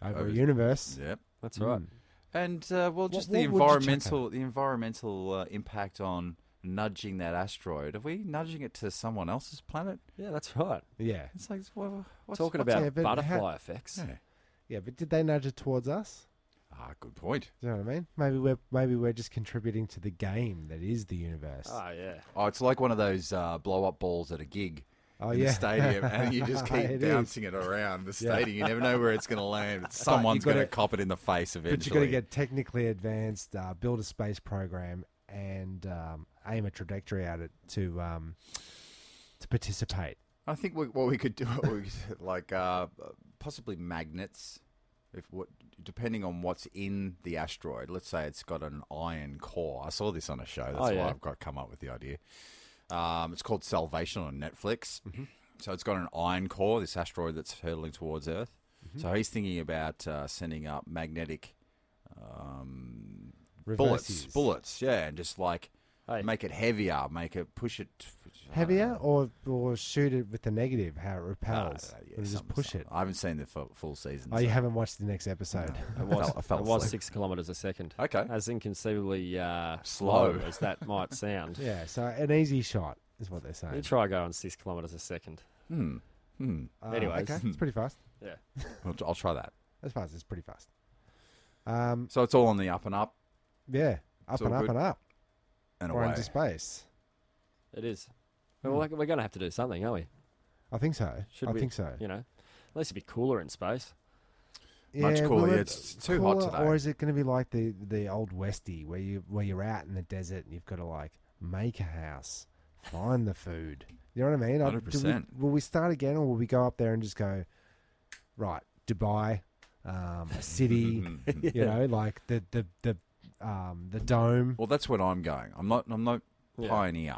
[SPEAKER 2] over,
[SPEAKER 4] Over-
[SPEAKER 2] a universe.
[SPEAKER 4] Yep.
[SPEAKER 3] That's right.
[SPEAKER 2] Mm.
[SPEAKER 4] And uh, well,
[SPEAKER 2] What-
[SPEAKER 4] just
[SPEAKER 2] what
[SPEAKER 4] the
[SPEAKER 2] would you check
[SPEAKER 4] environmental, the environmental uh, impact on nudging that asteroid. Are we nudging it to someone else's planet?
[SPEAKER 3] Yeah, that's right.
[SPEAKER 2] Yeah,
[SPEAKER 4] It's like well, what's
[SPEAKER 3] Talking
[SPEAKER 4] what's
[SPEAKER 3] about
[SPEAKER 2] yeah, but how-
[SPEAKER 3] butterfly effects.
[SPEAKER 4] Yeah.
[SPEAKER 2] yeah. But did they nudge it towards us?
[SPEAKER 4] Ah, good point.
[SPEAKER 2] Do you know what I mean? Maybe we're maybe we're just contributing to the game that is the universe.
[SPEAKER 4] Ah,
[SPEAKER 3] Oh yeah.
[SPEAKER 4] Oh, it's like one of those uh, blow up balls at a gig.
[SPEAKER 2] Oh,
[SPEAKER 4] in
[SPEAKER 2] yeah. (laughs)
[SPEAKER 4] the stadium, and you just keep
[SPEAKER 2] It
[SPEAKER 4] bouncing it around the stadium. You never know where it's going to land.
[SPEAKER 2] you
[SPEAKER 4] Someone's
[SPEAKER 2] gotta-
[SPEAKER 4] going to cop it in the face eventually.
[SPEAKER 2] But you've got to get technically advanced, uh, build a space program, and um, aim a trajectory at it to um, to participate.
[SPEAKER 4] I think we, what we could do, (laughs) what we could- like uh, possibly magnets, if what depending on what's in the asteroid. Let's say it's got an iron core. I saw this on a show. That's
[SPEAKER 3] Oh, yeah.
[SPEAKER 4] why I've got come up with the idea. Um, it's called Salvation on Netflix.
[SPEAKER 2] Mm-hmm.
[SPEAKER 4] So it's got an iron core. This asteroid that's hurtling towards Earth.
[SPEAKER 2] Mm-hmm.
[SPEAKER 4] So he's thinking about uh, sending up magnetic um, bullets,
[SPEAKER 2] Reverses.
[SPEAKER 4] bullets, yeah, and just like
[SPEAKER 3] Hey.
[SPEAKER 4] make it heavier, make it push it
[SPEAKER 2] Heavier or or shoot it with the negative, how it
[SPEAKER 4] Ah,
[SPEAKER 2] repels.
[SPEAKER 4] yeah,
[SPEAKER 2] and just
[SPEAKER 4] something-
[SPEAKER 2] push
[SPEAKER 4] something.
[SPEAKER 2] it.
[SPEAKER 4] I haven't seen the full, full season.
[SPEAKER 2] Oh, you haven't watched the next episode.
[SPEAKER 4] It
[SPEAKER 3] was-
[SPEAKER 4] I fell
[SPEAKER 3] it was
[SPEAKER 4] asleep.
[SPEAKER 3] six kilometres a second.
[SPEAKER 4] Okay.
[SPEAKER 3] As inconceivably uh,
[SPEAKER 4] Slow.
[SPEAKER 3] slow as that might sound.
[SPEAKER 2] (laughs) (laughs) Yeah, so an easy shot is what they're
[SPEAKER 3] You
[SPEAKER 2] saying.
[SPEAKER 3] try going six kilometres a second.
[SPEAKER 4] Hmm. Hmm.
[SPEAKER 2] Uh,
[SPEAKER 3] Anyways.
[SPEAKER 2] okay, it's pretty fast.
[SPEAKER 3] Yeah.
[SPEAKER 4] I'll, I'll try that.
[SPEAKER 2] As fast, it's pretty fast. Um,
[SPEAKER 4] So it's all on the up and up
[SPEAKER 2] yeah, up
[SPEAKER 4] It's all
[SPEAKER 2] and up
[SPEAKER 4] good.
[SPEAKER 2] and up.
[SPEAKER 4] and
[SPEAKER 2] We're
[SPEAKER 4] away.
[SPEAKER 2] into space.
[SPEAKER 3] It is. Well, like, we're going to have to do something, aren't we?
[SPEAKER 2] I think so.
[SPEAKER 3] Should
[SPEAKER 2] I
[SPEAKER 3] we-
[SPEAKER 2] think so.
[SPEAKER 3] You know, unless it'd be cooler in space.
[SPEAKER 4] Much
[SPEAKER 2] Yeah,
[SPEAKER 4] cooler.
[SPEAKER 2] will
[SPEAKER 4] Yeah,
[SPEAKER 2] it-
[SPEAKER 4] it's too hot
[SPEAKER 2] cooler,
[SPEAKER 4] today.
[SPEAKER 2] Or is it going to be like the the old Westie, where you where you're out in the desert and you've got to like make a house, find the food. You know what I mean? I- do we-
[SPEAKER 4] 100%.
[SPEAKER 2] Will we start again, or will we go up there and just go, right, Dubai, um, a
[SPEAKER 4] (laughs)
[SPEAKER 2] city, (laughs) you know, like the the the um, the dome?
[SPEAKER 4] Well, that's what I'm going. I'm not. I'm not
[SPEAKER 3] Yeah.
[SPEAKER 4] pioneer.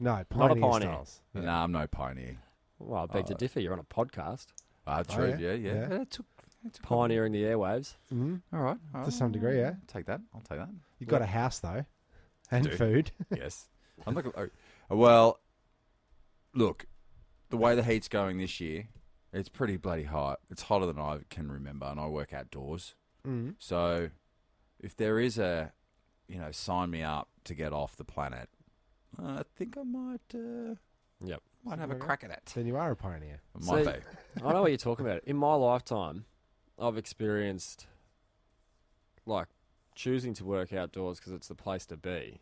[SPEAKER 2] No,
[SPEAKER 3] Not a
[SPEAKER 2] pioneer,
[SPEAKER 3] pioneer.
[SPEAKER 2] styles.
[SPEAKER 4] No,
[SPEAKER 2] Yeah.
[SPEAKER 4] I'm no pioneer.
[SPEAKER 3] Well, I beg to differ. You're on a podcast,
[SPEAKER 4] Ah, true.
[SPEAKER 2] Oh, yeah?
[SPEAKER 4] yeah, yeah.
[SPEAKER 2] Yeah.
[SPEAKER 4] yeah. It took, it took-
[SPEAKER 3] pioneering the airwaves.
[SPEAKER 2] Mhm.
[SPEAKER 4] All right.
[SPEAKER 2] To
[SPEAKER 4] all right,
[SPEAKER 2] some degree, yeah.
[SPEAKER 4] Take that. I'll take that.
[SPEAKER 2] You've got a house though, and
[SPEAKER 4] do.
[SPEAKER 2] food.
[SPEAKER 4] yes. I'm not. gonna- oh, Well, look, the way the heat's going this year, it's pretty bloody hot. It's hotter than I can remember, and I work outdoors.
[SPEAKER 2] Mhm.
[SPEAKER 4] So, if there is a, you know, sign me up to get off the planet, I think I might. Uh,
[SPEAKER 3] Yep.
[SPEAKER 4] Might have a
[SPEAKER 2] Something like
[SPEAKER 4] crack at it.
[SPEAKER 2] Then you are a pioneer.
[SPEAKER 4] It Might
[SPEAKER 3] So-
[SPEAKER 4] be.
[SPEAKER 3] I know what you're talking about. In my lifetime, I've experienced like choosing to work outdoors because it's the place to be,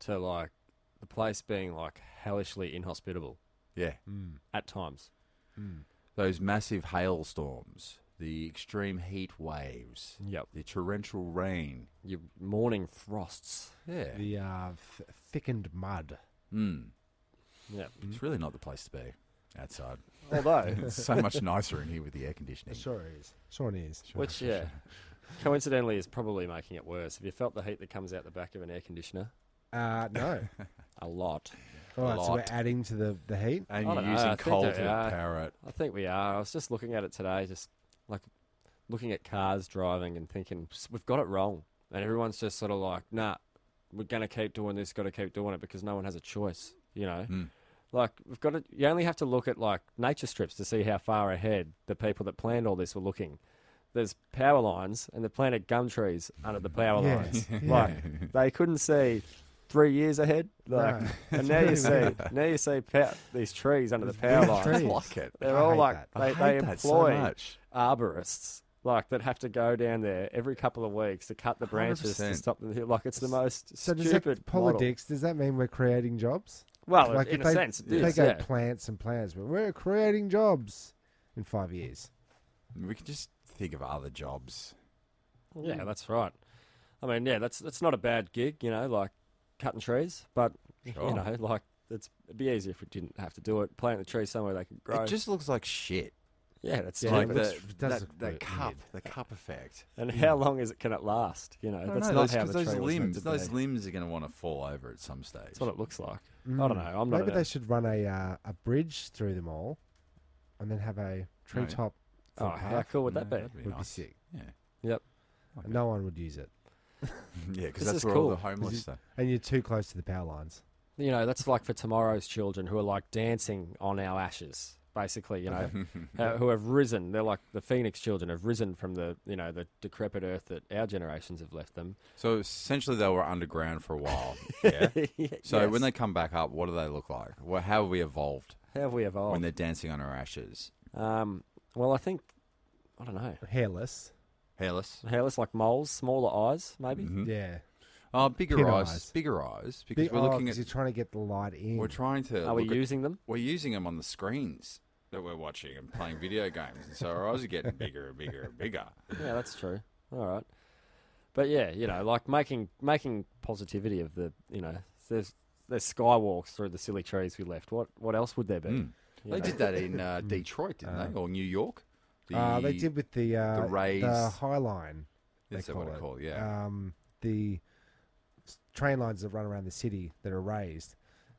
[SPEAKER 3] to like the place being like hellishly inhospitable
[SPEAKER 4] Yeah.
[SPEAKER 2] Mm.
[SPEAKER 3] at times.
[SPEAKER 2] Mm.
[SPEAKER 4] Those massive hailstorms, the extreme heat waves,
[SPEAKER 3] Yep.
[SPEAKER 4] the torrential rain.
[SPEAKER 3] Your morning frosts.
[SPEAKER 4] Yeah.
[SPEAKER 2] The uh, th- thickened mud.
[SPEAKER 4] Mm.
[SPEAKER 3] Yep.
[SPEAKER 4] It's really not the place to be outside.
[SPEAKER 3] Although,
[SPEAKER 4] (laughs) It's so
[SPEAKER 3] (laughs)
[SPEAKER 4] much nicer in here with the air conditioning.
[SPEAKER 2] Sure is. Sure is.
[SPEAKER 3] which yeah, coincidentally is probably making it worse. Have you felt the heat that comes out the back of an air conditioner?
[SPEAKER 2] Uh, no.
[SPEAKER 3] A lot.
[SPEAKER 2] All right, so we're
[SPEAKER 4] Lot.
[SPEAKER 2] adding to the, the heat.
[SPEAKER 4] And
[SPEAKER 3] I
[SPEAKER 4] you're
[SPEAKER 3] don't know, I
[SPEAKER 4] using
[SPEAKER 3] think
[SPEAKER 4] coal
[SPEAKER 3] they
[SPEAKER 4] to
[SPEAKER 3] are.
[SPEAKER 4] power it.
[SPEAKER 3] I think we are. I was just looking at it today, just like looking at cars driving and thinking "S- we've got it wrong, and everyone's just sort of like, nah, we're gonna keep doing this, got to keep doing it because no one has a choice, you know.
[SPEAKER 4] Mm.
[SPEAKER 3] Like we've got to. You only have to look at like nature strips to see how far ahead the people that planned all this were looking. There's power lines, and they planted gum trees under the power
[SPEAKER 2] Yeah.
[SPEAKER 3] lines.
[SPEAKER 2] (laughs) Yeah.
[SPEAKER 3] Like they couldn't see three years ahead. Like,
[SPEAKER 2] No.
[SPEAKER 3] and
[SPEAKER 2] (laughs)
[SPEAKER 3] now you
[SPEAKER 2] It's
[SPEAKER 3] see
[SPEAKER 2] really
[SPEAKER 3] now you see pow- these trees under the power
[SPEAKER 2] big
[SPEAKER 3] lines.
[SPEAKER 4] I
[SPEAKER 2] trees.
[SPEAKER 4] like it.
[SPEAKER 3] They're
[SPEAKER 2] I
[SPEAKER 3] all
[SPEAKER 2] hate
[SPEAKER 3] like
[SPEAKER 2] that.
[SPEAKER 3] they,
[SPEAKER 4] I
[SPEAKER 3] they
[SPEAKER 4] hate that so
[SPEAKER 3] employ
[SPEAKER 4] much.
[SPEAKER 3] arborists like that have to go down there every couple of weeks to cut the branches to
[SPEAKER 4] 100%.
[SPEAKER 3] stop them. here. Like it's the most
[SPEAKER 2] So does
[SPEAKER 3] stupid
[SPEAKER 2] that, politics, does that mean we're creating jobs?
[SPEAKER 3] Model. Well,
[SPEAKER 2] like
[SPEAKER 3] in
[SPEAKER 2] if
[SPEAKER 3] a
[SPEAKER 2] they,
[SPEAKER 3] sense, it
[SPEAKER 2] if
[SPEAKER 3] is.
[SPEAKER 2] they go
[SPEAKER 3] yeah.
[SPEAKER 2] plants and plants, but we're creating jobs in five years.
[SPEAKER 4] We can just think of other jobs.
[SPEAKER 3] yeah, that's right. I mean, yeah, that's that's not a bad gig, you know, like cutting trees, but
[SPEAKER 4] Sure.
[SPEAKER 3] you know, like it's it'd be easier if we didn't have to do it. Plant the trees somewhere they can grow.
[SPEAKER 4] It just looks like shit.
[SPEAKER 3] yeah, that's
[SPEAKER 2] Yeah,
[SPEAKER 3] stupid.
[SPEAKER 4] like
[SPEAKER 2] but
[SPEAKER 4] the,
[SPEAKER 2] it's- it does
[SPEAKER 4] that,
[SPEAKER 2] look
[SPEAKER 4] that
[SPEAKER 2] weird.
[SPEAKER 4] cup, the cup effect.
[SPEAKER 3] and how long is it? Can it last? You know,
[SPEAKER 4] I don't
[SPEAKER 3] that's
[SPEAKER 4] know,
[SPEAKER 3] not
[SPEAKER 4] those,
[SPEAKER 3] how
[SPEAKER 4] 'cause
[SPEAKER 3] the
[SPEAKER 4] those
[SPEAKER 3] tree was meant
[SPEAKER 4] limbs,
[SPEAKER 3] to
[SPEAKER 4] those
[SPEAKER 3] be.
[SPEAKER 4] limbs are going to want to fall over at some stage.
[SPEAKER 3] That's what it looks like.
[SPEAKER 4] Mm.
[SPEAKER 3] I don't know. I'm not.
[SPEAKER 2] Maybe
[SPEAKER 3] an-
[SPEAKER 2] they should run a uh, a bridge through them all, and then have a treetop.
[SPEAKER 3] oh,
[SPEAKER 2] footpath.
[SPEAKER 3] how cool would
[SPEAKER 4] Yeah,
[SPEAKER 3] that be?
[SPEAKER 4] that'd be
[SPEAKER 2] Would be
[SPEAKER 4] nice.
[SPEAKER 2] sick.
[SPEAKER 4] Yeah,
[SPEAKER 3] Yep.
[SPEAKER 4] Okay.
[SPEAKER 2] No one would use it,
[SPEAKER 4] yeah, because
[SPEAKER 3] This
[SPEAKER 4] that's
[SPEAKER 3] is
[SPEAKER 4] where all the
[SPEAKER 3] cool.
[SPEAKER 4] homeless
[SPEAKER 2] Is
[SPEAKER 4] stuff.
[SPEAKER 2] and you're too close to the power lines.
[SPEAKER 3] you know, that's like for tomorrow's children who are like dancing on our ashes, basically, you know, (laughs) uh, who have risen. They're like the Phoenix children have risen from the, you know, the decrepit earth that our generations have left them.
[SPEAKER 4] So essentially, they were underground for a while. Yeah. So when they come back up, what do they look like? Well, how have we evolved
[SPEAKER 3] How have we
[SPEAKER 4] when
[SPEAKER 3] evolved?
[SPEAKER 4] they're dancing on our ashes?
[SPEAKER 3] um, well, I think, I don't know.
[SPEAKER 2] Hairless.
[SPEAKER 4] Hairless.
[SPEAKER 3] Hairless like moles, smaller eyes, maybe?
[SPEAKER 4] Mhm.
[SPEAKER 2] Yeah.
[SPEAKER 4] Uh, bigger
[SPEAKER 2] Pin
[SPEAKER 4] eyes,
[SPEAKER 2] eyes.
[SPEAKER 4] bigger eyes, because
[SPEAKER 2] Big,
[SPEAKER 4] we're looking at.
[SPEAKER 2] you're trying to get the light in.
[SPEAKER 4] We're trying to.
[SPEAKER 3] Are we
[SPEAKER 4] look at-
[SPEAKER 3] using them?
[SPEAKER 4] we're using them on the screens that we're watching and playing video games, and so our eyes are getting bigger and bigger and bigger.
[SPEAKER 3] Yeah, that's true. All right, but yeah, you know, like making making positivity of the you know there's there's skywalks through the silly trees we left. What what else would there be?
[SPEAKER 4] Mm.
[SPEAKER 3] You
[SPEAKER 4] They
[SPEAKER 3] know?
[SPEAKER 4] did that in uh, Detroit, didn't they, or New York? The,
[SPEAKER 2] uh, they did with the uh,
[SPEAKER 4] the rays-
[SPEAKER 2] the High Line. they
[SPEAKER 4] That's what I
[SPEAKER 2] it.
[SPEAKER 4] call it. Yeah,
[SPEAKER 2] Um, the s- train lines that run around the city that are raised.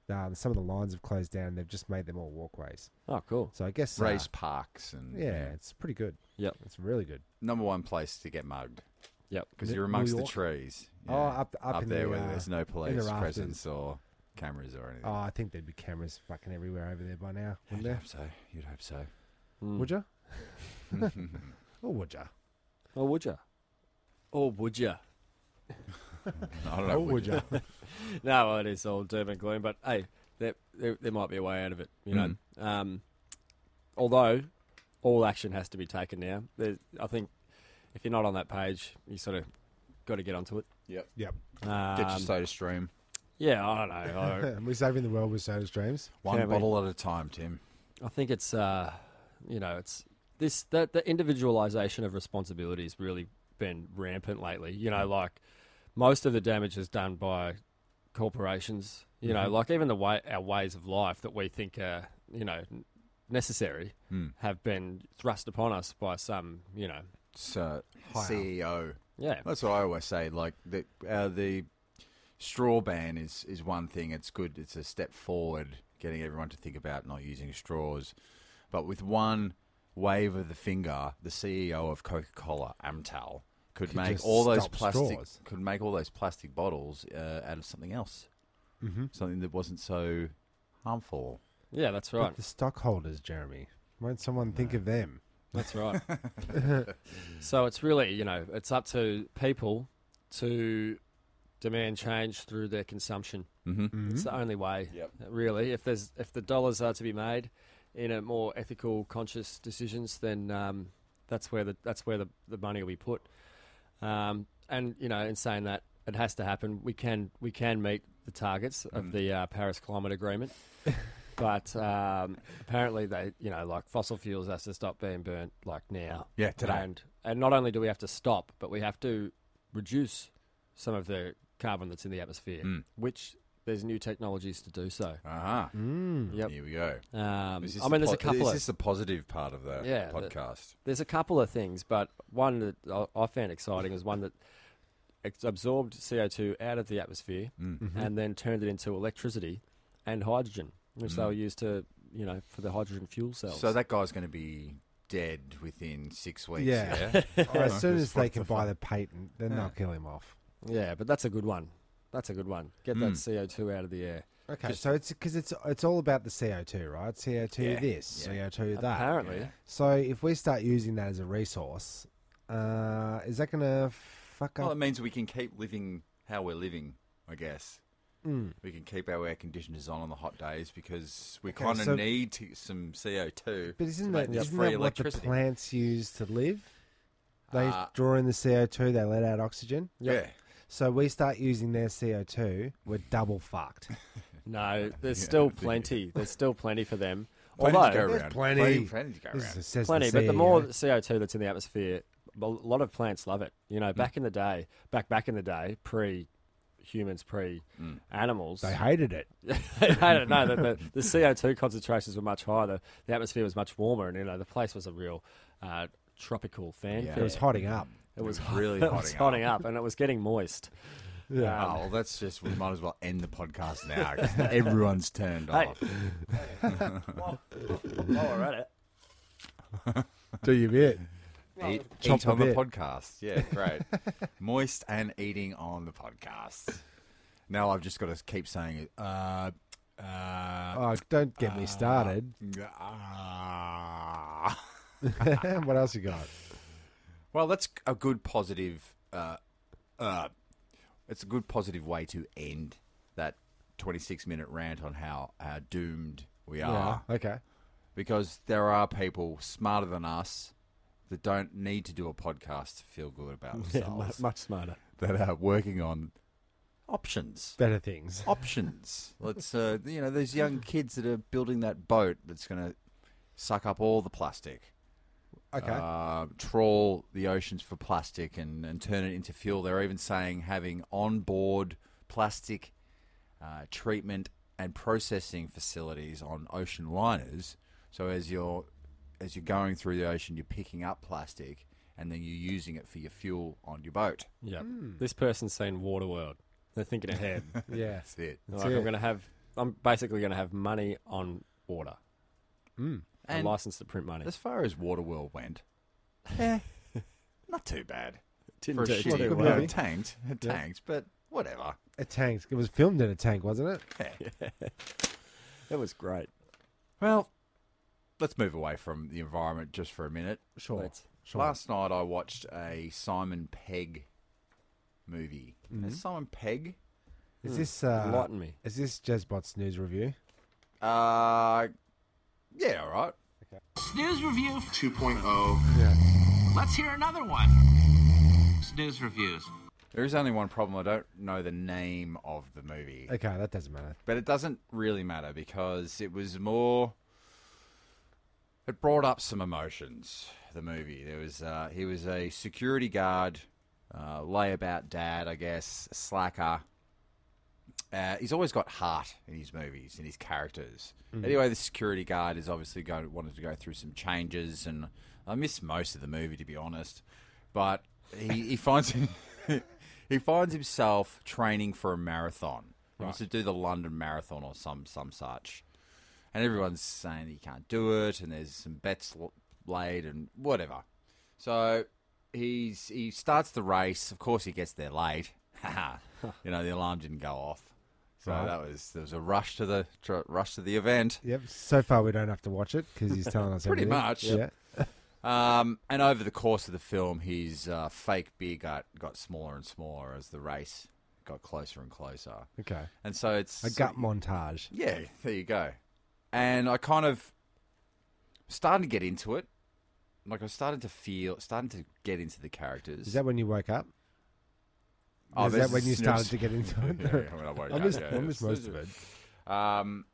[SPEAKER 2] Um, some of the lines have closed down. They've just made them all walkways.
[SPEAKER 3] Oh, cool.
[SPEAKER 2] So I guess uh,
[SPEAKER 4] raised parks and
[SPEAKER 2] Yeah, it's pretty good.
[SPEAKER 3] Yep.
[SPEAKER 2] It's really good.
[SPEAKER 4] number one place to get mugged.
[SPEAKER 3] Yep.
[SPEAKER 4] because
[SPEAKER 2] N-
[SPEAKER 4] you're amongst
[SPEAKER 2] New
[SPEAKER 4] the
[SPEAKER 2] York?
[SPEAKER 4] trees.
[SPEAKER 2] Oh, up- up in
[SPEAKER 4] there
[SPEAKER 2] the,
[SPEAKER 4] where
[SPEAKER 2] uh,
[SPEAKER 4] there's no police
[SPEAKER 2] rafters.
[SPEAKER 4] presence or cameras or anything.
[SPEAKER 2] Oh, I think there'd be cameras fucking everywhere over there by now, wouldn't
[SPEAKER 4] You'd
[SPEAKER 2] there?
[SPEAKER 4] hope so. You'd hope so.
[SPEAKER 3] Mm.
[SPEAKER 2] Would
[SPEAKER 4] (laughs)
[SPEAKER 2] you? or would you?
[SPEAKER 3] Or would you? Or Oh, would you?
[SPEAKER 4] I don't know. (laughs) would you?
[SPEAKER 3] No, well, it is all doom and gloom, but hey, there, there, there might be a way out of it, you know. Um, although all action has to be taken now. There's, I think if you're not on that page, you sort of got to get onto it.
[SPEAKER 4] Yep.
[SPEAKER 2] Yep.
[SPEAKER 3] Um,
[SPEAKER 4] Get your soda stream.
[SPEAKER 3] yeah, I don't know.
[SPEAKER 2] (laughs) We're saving the world with Soda's dreams.
[SPEAKER 4] One
[SPEAKER 3] Can we-
[SPEAKER 4] bottle at a time, Tim.
[SPEAKER 3] I, I think it's uh, you know it's this that the individualization of responsibility has really been rampant lately. You know, like most of the damage is done by corporations. You know, like even the way our ways of life that we think are you know n- necessary
[SPEAKER 4] Hmm.
[SPEAKER 3] have been thrust upon us by some you know
[SPEAKER 4] So
[SPEAKER 2] Higher.
[SPEAKER 4] CEO.
[SPEAKER 3] yeah
[SPEAKER 4] That's what I always say. Like the uh, the straw ban is is one thing. It's good. It's a step forward, getting everyone to think about not using straws. But with one wave of the finger, the CEO of Coca Cola, Amtal, could,
[SPEAKER 2] Could
[SPEAKER 4] make
[SPEAKER 2] just
[SPEAKER 4] all those
[SPEAKER 2] stop
[SPEAKER 4] plastic
[SPEAKER 2] straws.
[SPEAKER 4] could make all those plastic bottles uh, out of something else,
[SPEAKER 2] Mm-hmm.
[SPEAKER 4] something that wasn't so harmful.
[SPEAKER 3] yeah that's right
[SPEAKER 2] But the stockholders, Jeremy. Won't someone think of them?
[SPEAKER 3] That's right. (laughs) so it's really, you know, it's up to people to demand change through their consumption.
[SPEAKER 4] Mm-hmm.
[SPEAKER 3] It's the only way,
[SPEAKER 4] Yep.
[SPEAKER 3] really. If there's if the dollars are to be made in a more ethical, conscious decisions, then um, that's where the that's where the, the money will be put. Um, and you know, in saying that, it has to happen. We can we can meet the targets of the uh, Paris Climate Agreement. But um, apparently, they you know like fossil fuels has to stop being burnt like now.
[SPEAKER 4] Yeah, today.
[SPEAKER 3] And and not only do we have to stop, but we have to reduce some of the carbon that's in the atmosphere,
[SPEAKER 4] Mm.
[SPEAKER 3] which there's new technologies to do so.
[SPEAKER 4] Ah,
[SPEAKER 2] Mm.
[SPEAKER 3] Yep.
[SPEAKER 4] here we go.
[SPEAKER 3] Um,
[SPEAKER 4] Is this
[SPEAKER 3] I mean,
[SPEAKER 4] the
[SPEAKER 3] there's a
[SPEAKER 4] po-
[SPEAKER 3] couple
[SPEAKER 4] Is
[SPEAKER 3] of
[SPEAKER 4] this the positive part of the
[SPEAKER 3] Yeah, the-
[SPEAKER 4] podcast?
[SPEAKER 3] there's a couple of things, but one that I- I found exciting was one that ex- absorbed CO2 out of the atmosphere
[SPEAKER 4] Hmm.
[SPEAKER 3] and then turned it into electricity and hydrogen, which they were used to, you know, for the hydrogen fuel cells.
[SPEAKER 4] Hmm. So that guy's going to be dead within six weeks.
[SPEAKER 2] Yeah.
[SPEAKER 4] Yeah.
[SPEAKER 2] (laughs) Or
[SPEAKER 4] (laughs)
[SPEAKER 2] as soon
[SPEAKER 4] Just
[SPEAKER 2] as they
[SPEAKER 4] fuck
[SPEAKER 2] can
[SPEAKER 4] the
[SPEAKER 2] buy
[SPEAKER 4] fuck.
[SPEAKER 2] the patent, then they'll kill him off.
[SPEAKER 3] yeah, but that's a good one. That's a good one. Get that CO2 out of the air.
[SPEAKER 2] Okay,
[SPEAKER 4] Just-
[SPEAKER 2] so it's because it's it's all about the CO two, right? CO two
[SPEAKER 4] Yeah,
[SPEAKER 2] this, CO
[SPEAKER 4] yeah.
[SPEAKER 2] two that.
[SPEAKER 3] Apparently.
[SPEAKER 2] So if we start using that as a resource, uh, is that going to fuck
[SPEAKER 4] Well, it
[SPEAKER 2] up?
[SPEAKER 4] means we can keep living how we're living, I guess.
[SPEAKER 2] Mm.
[SPEAKER 4] We can keep our air conditioners on on the hot days because we
[SPEAKER 2] Okay,
[SPEAKER 4] kind of
[SPEAKER 2] so-
[SPEAKER 4] need to, some CO2.
[SPEAKER 2] But isn't
[SPEAKER 4] to
[SPEAKER 2] that
[SPEAKER 4] make this
[SPEAKER 2] isn't
[SPEAKER 4] free
[SPEAKER 2] that what the
[SPEAKER 4] electricity?
[SPEAKER 2] plants use to live? They
[SPEAKER 4] Uh,
[SPEAKER 2] draw in the CO two, they let out oxygen.
[SPEAKER 4] Yeah.
[SPEAKER 2] So we start using their CO two, we're double fucked.
[SPEAKER 3] No, there's
[SPEAKER 4] Yeah,
[SPEAKER 3] still
[SPEAKER 4] the-
[SPEAKER 3] plenty. There's still plenty for them.
[SPEAKER 4] Plenty to go
[SPEAKER 3] Although
[SPEAKER 2] there's
[SPEAKER 4] around.
[SPEAKER 2] plenty.
[SPEAKER 4] Plenty, plenty to go
[SPEAKER 2] This
[SPEAKER 4] around.
[SPEAKER 2] is, says
[SPEAKER 3] plenty,
[SPEAKER 2] the
[SPEAKER 3] but the more
[SPEAKER 2] CEO.
[SPEAKER 3] CO2 that's in the atmosphere, a lot of plants love it. You know, back in the day, back back in the day, pre humans, pre animals, (laughs)
[SPEAKER 2] they hated it.
[SPEAKER 3] I don't know. The, the, the CO two concentrations were much higher. The, the atmosphere was much warmer, and you know the place was a real uh, tropical fanfare.
[SPEAKER 2] It was hotting
[SPEAKER 4] (laughs)
[SPEAKER 2] up.
[SPEAKER 3] It (laughs) was,
[SPEAKER 4] It was
[SPEAKER 3] (laughs)
[SPEAKER 4] really
[SPEAKER 3] it was
[SPEAKER 4] hotting
[SPEAKER 3] hotting up. and it was getting moist. Um,
[SPEAKER 2] Yeah.
[SPEAKER 4] Oh, well, that's just, we might as well end the
[SPEAKER 3] (laughs)
[SPEAKER 4] podcast now 'cause everyone's turned
[SPEAKER 3] Hey.
[SPEAKER 4] off.
[SPEAKER 3] Oh, all right.
[SPEAKER 2] Do you bit.
[SPEAKER 4] Eat,
[SPEAKER 2] Chomp
[SPEAKER 4] eat on
[SPEAKER 2] a
[SPEAKER 4] the
[SPEAKER 2] bit.
[SPEAKER 4] podcast. Yeah,
[SPEAKER 2] (laughs)
[SPEAKER 4] great. Moist and eating on the podcast. Now I've just got to keep saying it. Uh, uh,
[SPEAKER 2] Oh, don't get me started. (laughs)
[SPEAKER 4] uh,
[SPEAKER 2] what else you got?
[SPEAKER 4] well, that's a good positive. Uh, uh, it's a good positive way to end that 26 minute rant on how uh, doomed we are.
[SPEAKER 2] Okay.
[SPEAKER 4] because there are people smarter than us that don't need to do a podcast to feel good about
[SPEAKER 3] Yeah, mu-
[SPEAKER 4] themselves
[SPEAKER 3] much smarter.
[SPEAKER 4] that are working on options.
[SPEAKER 2] Better things.
[SPEAKER 4] Options. Let's, uh, you know, those young kids that are building that boat that's going to suck up all the plastic.
[SPEAKER 2] Okay.
[SPEAKER 4] Uh, trawl the oceans for plastic and, and turn it into fuel. They're even saying having onboard plastic uh, treatment and processing facilities on ocean liners. So as you're as you're going through the ocean, you're picking up plastic and then you're using it for your fuel on your boat.
[SPEAKER 3] Yeah.
[SPEAKER 4] Hmm.
[SPEAKER 3] This person's seen Waterworld. They're thinking ahead.
[SPEAKER 2] yeah.
[SPEAKER 4] (laughs) That's it.
[SPEAKER 3] like I'm
[SPEAKER 2] it.
[SPEAKER 3] going to have. I'm basically going to have money on water.
[SPEAKER 4] And
[SPEAKER 3] a license to print money.
[SPEAKER 4] as far as Waterworld
[SPEAKER 2] (laughs)
[SPEAKER 4] went, eh, not too bad for a
[SPEAKER 3] Didn't do
[SPEAKER 4] shitty.
[SPEAKER 2] too
[SPEAKER 3] too
[SPEAKER 2] good
[SPEAKER 3] well.
[SPEAKER 4] well,
[SPEAKER 2] movie.
[SPEAKER 4] it tanked, it
[SPEAKER 2] Yeah.
[SPEAKER 4] tanked, but whatever.
[SPEAKER 2] A tank. It was filmed in a tank, wasn't it?
[SPEAKER 3] It was great.
[SPEAKER 4] Well, let's move away from the environment just for a minute.
[SPEAKER 2] Sure.
[SPEAKER 3] Let's-
[SPEAKER 2] sure.
[SPEAKER 4] Last night I watched a Simon Pegg movie. Is Simon Pegg? Hmm.
[SPEAKER 2] Is this uh,
[SPEAKER 3] Enlighten me.
[SPEAKER 2] is this Jezbot's news review?
[SPEAKER 4] Uh, yeah, all right.
[SPEAKER 1] Snooze Review.
[SPEAKER 5] 2.0.
[SPEAKER 1] Let's hear another one. Snooze Reviews.
[SPEAKER 4] There is only one problem. I don't know the name of the movie.
[SPEAKER 2] Okay, that doesn't matter.
[SPEAKER 4] But it doesn't really matter because it was more. It brought up some emotions. The movie. There was uh, he was a security guard, uh, layabout dad, I guess, slacker. Uh, he's always got heart in his movies in his characters. Anyway, the security guard is obviously going wanted to go through some changes, and I miss most of the movie to be honest. But he, (laughs) he finds he finds himself training for a marathon. He wants to do the London Marathon or some some such, and everyone's saying he can't do it, and there's some bets l- laid and whatever. So he's he starts the race. Of course, he gets there late. (laughs) you know, the alarm didn't go off. So
[SPEAKER 2] Right.
[SPEAKER 4] that was there was a rush to the tr- rush to the event.
[SPEAKER 2] Yep. So far, we don't have to watch it because he's telling us
[SPEAKER 4] (laughs) Pretty
[SPEAKER 2] everything.
[SPEAKER 4] much.
[SPEAKER 2] Yeah.
[SPEAKER 4] Um, and over the course of the film, his uh, fake beer gut got smaller and smaller as the race got closer and closer.
[SPEAKER 2] Okay.
[SPEAKER 4] And so it's
[SPEAKER 2] A gut montage.
[SPEAKER 4] Yeah, there you go. And I kind of starting to get into it. Like I started to feel, starting to get into the characters.
[SPEAKER 2] Is that when you woke up?
[SPEAKER 4] Oh,
[SPEAKER 2] is
[SPEAKER 4] there's
[SPEAKER 2] that when
[SPEAKER 4] (laughs)
[SPEAKER 2] you
[SPEAKER 4] snooze-
[SPEAKER 2] started to get into it?
[SPEAKER 4] (laughs) Yeah, yeah, when I woke
[SPEAKER 2] I
[SPEAKER 4] up,
[SPEAKER 2] missed,
[SPEAKER 4] yeah,
[SPEAKER 2] I
[SPEAKER 4] it
[SPEAKER 2] missed most
[SPEAKER 4] was-
[SPEAKER 2] of it.
[SPEAKER 4] Um,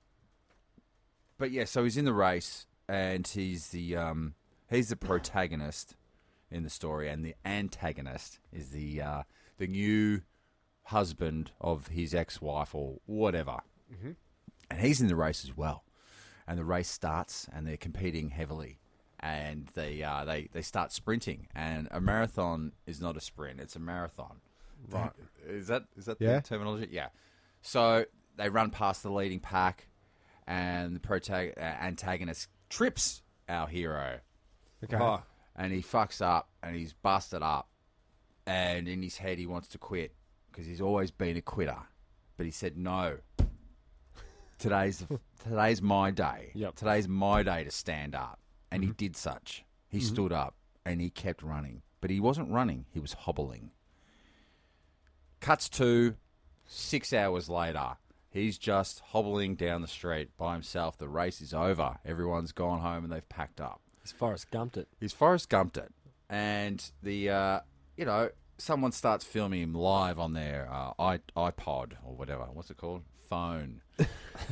[SPEAKER 4] but yeah, so he's in the race, and he's the um, he's the protagonist in the story, and the antagonist is the uh, the new husband of his ex-wife or whatever, and he's in the race as well. And the race starts, and they're competing heavily, and they uh, they they start sprinting. And a marathon is not a sprint; it's a marathon. Right? (laughs) Is that is that
[SPEAKER 2] Yeah.
[SPEAKER 4] the terminology? Yeah. So they run past the leading pack, and the protag- uh, antagonist trips our hero,
[SPEAKER 2] Okay.
[SPEAKER 3] Oh,
[SPEAKER 4] and he fucks up, and he's busted up, and in his head he wants to quit because he's always been a quitter, but he said no. Today's the, today's my day.
[SPEAKER 3] Yep.
[SPEAKER 4] Today's my day to stand up, and he did such. He stood up and he kept running, but he wasn't running; he was hobbling. Cuts to six hours later. He's just hobbling down the street by himself. The race is over. Everyone's gone home and they've packed up
[SPEAKER 3] he's Forrest Gumped it.
[SPEAKER 4] he's Forrest Gumped it, and the uh, you know someone starts filming him live on their uh, i iPod or whatever. What's it called? (laughs) Phone,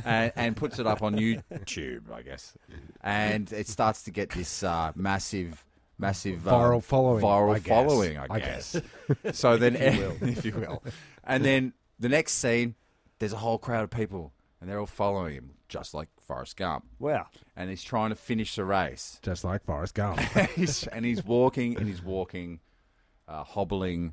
[SPEAKER 4] and, and puts it up on YouTube, I guess. And it starts to get this uh, massive, massive uh,
[SPEAKER 2] Viral following,
[SPEAKER 4] Viral
[SPEAKER 2] I guess.
[SPEAKER 4] following, I
[SPEAKER 2] I
[SPEAKER 4] guess. (laughs) so then, if you, will. and then the next scene, there's a whole crowd of people, and they're all following him, just like Forrest Gump.
[SPEAKER 3] Wow.
[SPEAKER 4] And he's trying to finish the race
[SPEAKER 2] Just like Forrest
[SPEAKER 4] (laughs)
[SPEAKER 2] Gump.
[SPEAKER 4] he's, and he's walking and he's walking, uh, hobbling,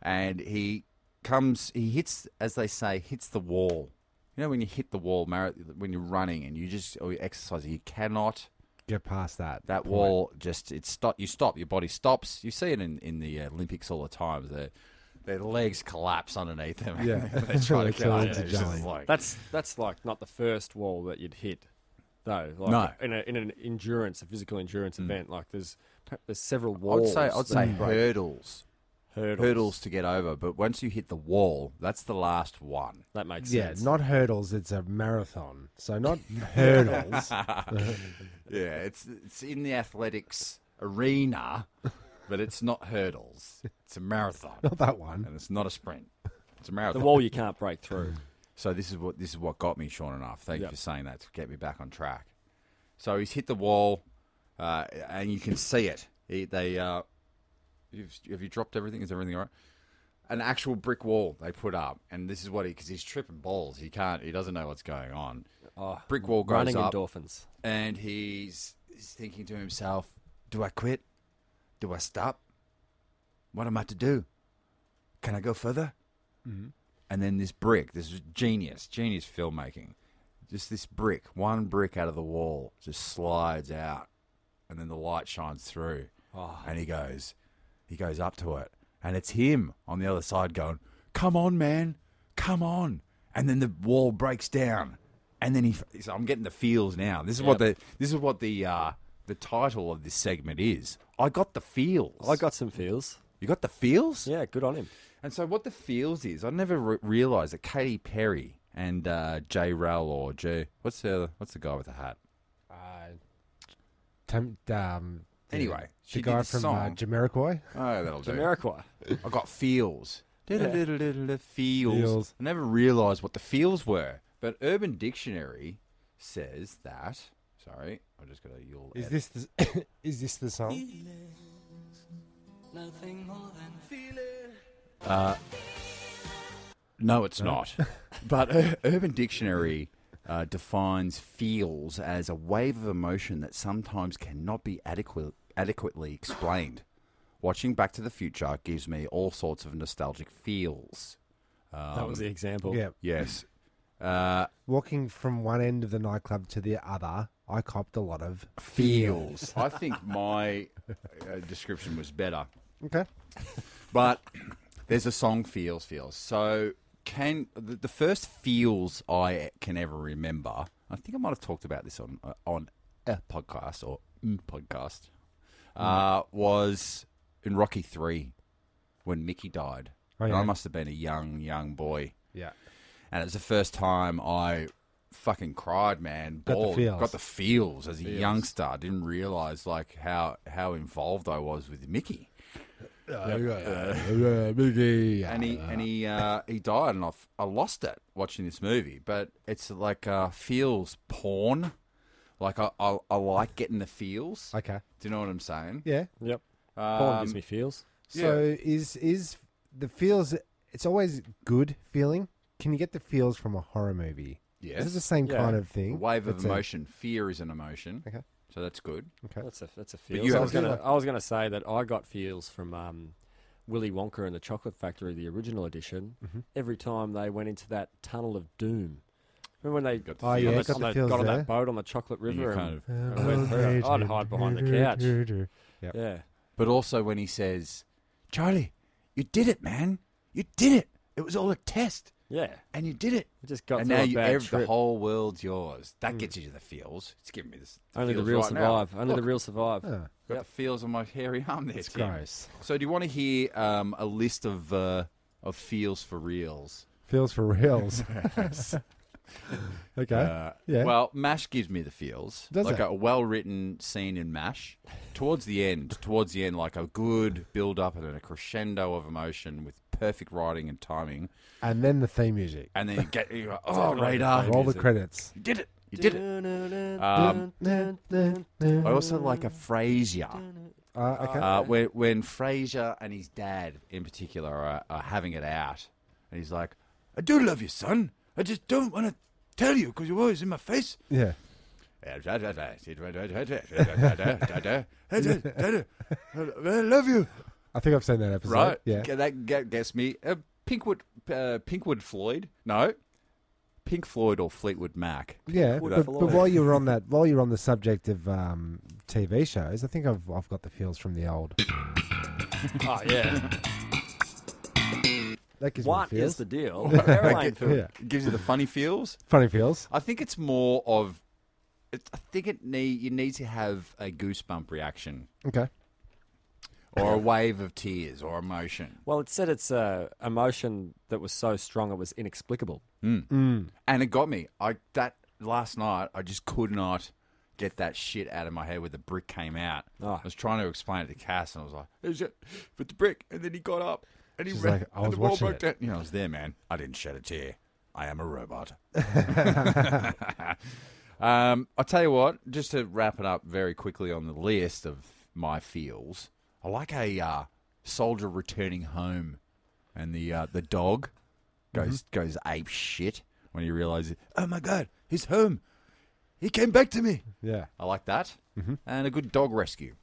[SPEAKER 4] and he comes. He hits, as they say, hits the wall. You know when you hit the wall, Mar- when you're running and you just or you're exercising, you cannot
[SPEAKER 2] Get past that.
[SPEAKER 4] that
[SPEAKER 2] point.
[SPEAKER 4] wall just it stop. You stop. Your body stops. You see it in, in the uh, Olympics all the time. Their their legs collapse underneath them.
[SPEAKER 2] Yeah.
[SPEAKER 4] (laughs) they
[SPEAKER 2] (laughs)
[SPEAKER 4] try to
[SPEAKER 2] They
[SPEAKER 4] get
[SPEAKER 2] turn
[SPEAKER 4] out.
[SPEAKER 2] into
[SPEAKER 4] It's just
[SPEAKER 2] jelly.
[SPEAKER 4] like-
[SPEAKER 3] That's that's like not the first wall that you'd hit, though. Like
[SPEAKER 4] No. Hmm.
[SPEAKER 3] In, a, in an endurance, a physical endurance event, like there's there's several
[SPEAKER 4] I would
[SPEAKER 3] walls.
[SPEAKER 4] say I'd
[SPEAKER 3] that
[SPEAKER 4] say
[SPEAKER 3] break
[SPEAKER 4] hurdles.
[SPEAKER 3] hurdles.
[SPEAKER 4] Hurdles to get over, but once you hit the wall, that's the last one.
[SPEAKER 3] That makes
[SPEAKER 2] Yeah,
[SPEAKER 3] sense.
[SPEAKER 2] not hurdles. It's a marathon. So not (laughs)
[SPEAKER 4] (laughs)
[SPEAKER 2] hurdles.
[SPEAKER 4] Yeah, it's it's in the athletics arena, but it's not hurdles. It's a marathon,
[SPEAKER 2] Not that one.
[SPEAKER 4] and it's not a sprint. It's a marathon.
[SPEAKER 3] The wall you can't break
[SPEAKER 4] (laughs)
[SPEAKER 3] through.
[SPEAKER 4] So this is what this is what got me, Sean. Enough. Thank
[SPEAKER 3] Yep.
[SPEAKER 4] you for saying that to get me back on track. So he's hit the wall, uh, and you can see it. He, they uh, you've, have you dropped everything? Is everything all right? An actual brick wall they put up, and this is what he because he's tripping balls. He can't. He doesn't know what's going on.
[SPEAKER 3] Oh,
[SPEAKER 4] brick wall goes
[SPEAKER 3] Running
[SPEAKER 4] up,
[SPEAKER 3] endorphins.
[SPEAKER 4] and he's, he's thinking to himself, "Do I quit? Do I stop? What am I to do? Can I go further?"
[SPEAKER 3] Mm-hmm.
[SPEAKER 4] And then this brick, this is genius, genius filmmaking. Just this brick, one brick out of the wall, just slides out, and then the light shines through,
[SPEAKER 3] Ah.
[SPEAKER 4] and he goes, he goes up to it, and it's him on the other side going, "Come on, man, come on!" And then the wall breaks down, and then he. So I'm getting the feels now. This is what the this is what the uh, the title of this segment is. I got the feels.
[SPEAKER 3] I got some feels.
[SPEAKER 4] you got the feels.
[SPEAKER 3] Yeah, good on him.
[SPEAKER 4] And so what the feels is, I never re- realised that Katy Perry and uh, J. Rel or J. What's the other, what's the guy with the hat?
[SPEAKER 2] Tam, um, the-
[SPEAKER 4] Anyway, she
[SPEAKER 2] the
[SPEAKER 4] did
[SPEAKER 2] guy
[SPEAKER 4] this
[SPEAKER 2] from Uh,
[SPEAKER 4] song.
[SPEAKER 2] Jamiroquai.
[SPEAKER 4] Oh, that'll do.
[SPEAKER 3] Jamiroquai.
[SPEAKER 4] I got feels. Feels.
[SPEAKER 2] Feels.
[SPEAKER 4] feels. I never realised what the feels were, but Urban Dictionary says that. Sorry, I'm just gonna yell.
[SPEAKER 2] Is
[SPEAKER 4] at-
[SPEAKER 2] this the (coughs) is this the song?
[SPEAKER 5] Nothing more than
[SPEAKER 4] No, it's (laughs) not. but Ur- Urban Dictionary uh, defines feels as a wave of emotion that sometimes cannot be adequate, adequately explained. Watching Back to the Future gives me all sorts of nostalgic feels.
[SPEAKER 3] that was the example.
[SPEAKER 2] Yeah,
[SPEAKER 4] Yes. Uh,
[SPEAKER 2] walking from one end of the nightclub to the other, I copped a lot of
[SPEAKER 4] feels. I think my uh, description was better.
[SPEAKER 2] okay.
[SPEAKER 4] But there's a song, Feels Feels. So can the, the first feels I can ever remember. I think I might have talked about this on uh, on a podcast or mm, podcast. Uh, was in Rocky Three when Mickey died.
[SPEAKER 2] Oh,
[SPEAKER 4] And I
[SPEAKER 2] yeah.
[SPEAKER 4] must have been a young young boy,
[SPEAKER 2] Yeah,
[SPEAKER 4] and it was the first time I fucking cried, man.
[SPEAKER 2] Got the
[SPEAKER 4] Bawled.
[SPEAKER 2] feels.
[SPEAKER 4] Got the feels as a youngster. I didn't realize like how how involved I was with Mickey. and he and he uh, he died, and I, f- I lost it watching this movie. But it's like uh, feels porn. Like I, I I like getting the feels.
[SPEAKER 2] Okay.
[SPEAKER 4] Do you know what I'm saying?
[SPEAKER 2] Yeah.
[SPEAKER 3] Yep.
[SPEAKER 4] Um,
[SPEAKER 3] Porn gives me feels.
[SPEAKER 2] So is is the feels? It's always good feeling. Can you get the feels from a horror movie? Is it the
[SPEAKER 4] yes.
[SPEAKER 2] same
[SPEAKER 3] Yeah.
[SPEAKER 2] kind of
[SPEAKER 4] A
[SPEAKER 2] thing?
[SPEAKER 4] wave of
[SPEAKER 2] It's a-
[SPEAKER 4] emotion. Fear is an emotion.
[SPEAKER 2] Okay.
[SPEAKER 4] So that's good.
[SPEAKER 2] Okay.
[SPEAKER 3] That's a that's a feels.
[SPEAKER 4] you
[SPEAKER 3] I
[SPEAKER 4] have
[SPEAKER 3] was
[SPEAKER 4] a feel
[SPEAKER 3] gonna
[SPEAKER 2] like-
[SPEAKER 3] I was gonna say that I got feels from um, Willy Wonka and the Chocolate Factory, the original edition.
[SPEAKER 2] Mm-hmm.
[SPEAKER 3] Every time they went into that tunnel of doom. Remember when they
[SPEAKER 4] Got the
[SPEAKER 2] Oh
[SPEAKER 4] feels.
[SPEAKER 2] yeah,
[SPEAKER 3] on the-
[SPEAKER 2] got
[SPEAKER 3] on the-
[SPEAKER 2] the feels
[SPEAKER 3] got on
[SPEAKER 2] there.
[SPEAKER 3] that boat on the chocolate
[SPEAKER 4] You
[SPEAKER 3] river and,
[SPEAKER 4] kind of-
[SPEAKER 3] and went through. I'd hide behind the couch. Yeah.
[SPEAKER 4] But also when he says, "Charlie, you did it, man. You did it. It was all a test,
[SPEAKER 3] Yeah.
[SPEAKER 4] and you did it."
[SPEAKER 3] I just got
[SPEAKER 4] and
[SPEAKER 3] through
[SPEAKER 4] now
[SPEAKER 3] a
[SPEAKER 4] you,
[SPEAKER 3] bad
[SPEAKER 4] ev- the
[SPEAKER 3] trip. Mm.
[SPEAKER 4] whole world's yours. That gets you to the feels. It's giving me this.
[SPEAKER 3] Only the
[SPEAKER 4] feels
[SPEAKER 3] real
[SPEAKER 4] right now.
[SPEAKER 3] survive. Only the real survive.
[SPEAKER 2] Oh,
[SPEAKER 4] Got
[SPEAKER 3] Yep.
[SPEAKER 4] the feels on my hairy arm there.
[SPEAKER 2] it's
[SPEAKER 4] Tim.
[SPEAKER 2] gross.
[SPEAKER 4] So, do you want to hear um, a list of uh, of feels for reals?
[SPEAKER 2] Feels for
[SPEAKER 4] (laughs)
[SPEAKER 2] reals. (laughs) okay.
[SPEAKER 4] Uh,
[SPEAKER 2] yeah.
[SPEAKER 4] Well, Mash gives me the feels.
[SPEAKER 2] Does
[SPEAKER 4] like
[SPEAKER 2] it?
[SPEAKER 4] a well written scene in Mash. Towards the end, towards the end, like a good build up and then a crescendo of emotion with perfect writing and timing,
[SPEAKER 2] and then the theme music.
[SPEAKER 4] and then you get you
[SPEAKER 2] (laughs)
[SPEAKER 4] go, oh radar,
[SPEAKER 2] Roll the credits.
[SPEAKER 4] you did it, you did it. Um, I also like a Frasier.
[SPEAKER 2] Uh, okay.
[SPEAKER 4] uh, when, when Frasier and his dad, in particular, are, are having it out, and he's like, "I do love you, son. I just don't want to tell you because you're always in my face."
[SPEAKER 2] yeah.
[SPEAKER 4] I love you,
[SPEAKER 2] I think I've seen that episode.
[SPEAKER 4] right?
[SPEAKER 2] Yeah.
[SPEAKER 4] G- that g- gets me. Uh, Pinkwood, uh, Pinkwood Floyd. No, Pink Floyd or Fleetwood Mac.
[SPEAKER 2] Yeah.
[SPEAKER 3] Would
[SPEAKER 2] But,
[SPEAKER 3] follow
[SPEAKER 2] but
[SPEAKER 3] it.
[SPEAKER 2] while you're on that, while you're on the subject of um, TV shows, I think I've I've got the feels from the old.
[SPEAKER 3] Oh yeah.
[SPEAKER 2] That gives
[SPEAKER 3] What
[SPEAKER 2] me the feels.
[SPEAKER 3] is the deal? Airline food.
[SPEAKER 2] (laughs) Yeah.
[SPEAKER 4] (laughs) Gives you the funny feels.
[SPEAKER 2] Funny feels.
[SPEAKER 4] I think it's more of. It, I think it need you need to have a goosebump reaction
[SPEAKER 2] Okay.
[SPEAKER 4] or a wave of tears or emotion,
[SPEAKER 3] Well, it said it's a emotion that was so strong it was inexplicable.
[SPEAKER 4] and it got me. I that last night I just could not get that shit out of my head where the brick came out.
[SPEAKER 3] Oh.
[SPEAKER 2] Ah.
[SPEAKER 4] I was trying to explain it to Cass, and I was like, "It was it, but the brick," and then he got up. And he
[SPEAKER 2] She's
[SPEAKER 4] ran,
[SPEAKER 2] like, I
[SPEAKER 4] and
[SPEAKER 2] was
[SPEAKER 4] the wall
[SPEAKER 2] watching
[SPEAKER 4] broke
[SPEAKER 2] it.
[SPEAKER 4] down. You know, I was there, man. I didn't shed a tear. I am a
[SPEAKER 2] (laughs)
[SPEAKER 4] robot. (laughs) um, I'll tell you what, just to wrap it up very quickly on the list of my feels, I like a uh, soldier returning home and the uh, the dog goes goes ape shit when he realizes, oh my God, he's home. He came back to me.
[SPEAKER 2] Yeah.
[SPEAKER 4] I like that. And a good dog rescue.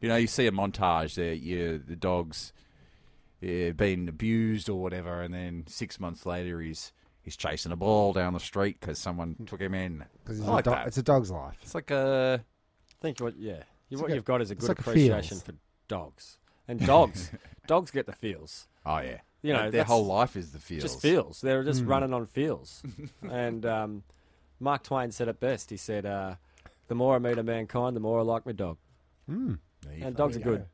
[SPEAKER 4] You know, you see a montage there, you, the dog's uh, being abused or whatever, and then six months later he's he's chasing a ball down the street because someone took him in. I
[SPEAKER 2] Because
[SPEAKER 4] like that.
[SPEAKER 2] it's a dog's life.
[SPEAKER 4] It's like a.
[SPEAKER 3] I think what yeah, you, what
[SPEAKER 2] like a-
[SPEAKER 3] you've got is a
[SPEAKER 2] it's
[SPEAKER 3] good
[SPEAKER 2] like a
[SPEAKER 3] appreciation
[SPEAKER 2] feels.
[SPEAKER 3] for dogs and
[SPEAKER 2] (laughs)
[SPEAKER 3] dogs. dogs get the feels.
[SPEAKER 4] Oh, yeah.
[SPEAKER 3] You know,
[SPEAKER 4] Their- their
[SPEAKER 3] that's-
[SPEAKER 4] whole life is the feels.
[SPEAKER 3] Just feels. They're just
[SPEAKER 2] Hmm.
[SPEAKER 3] running
[SPEAKER 2] (laughs)
[SPEAKER 3] on feels. and um, Mark Twain said it best. He said, uh, "The more I meet of mankind, the more I like my dog."
[SPEAKER 4] There you
[SPEAKER 3] And
[SPEAKER 4] fucking
[SPEAKER 3] dogs are
[SPEAKER 4] go.
[SPEAKER 3] good.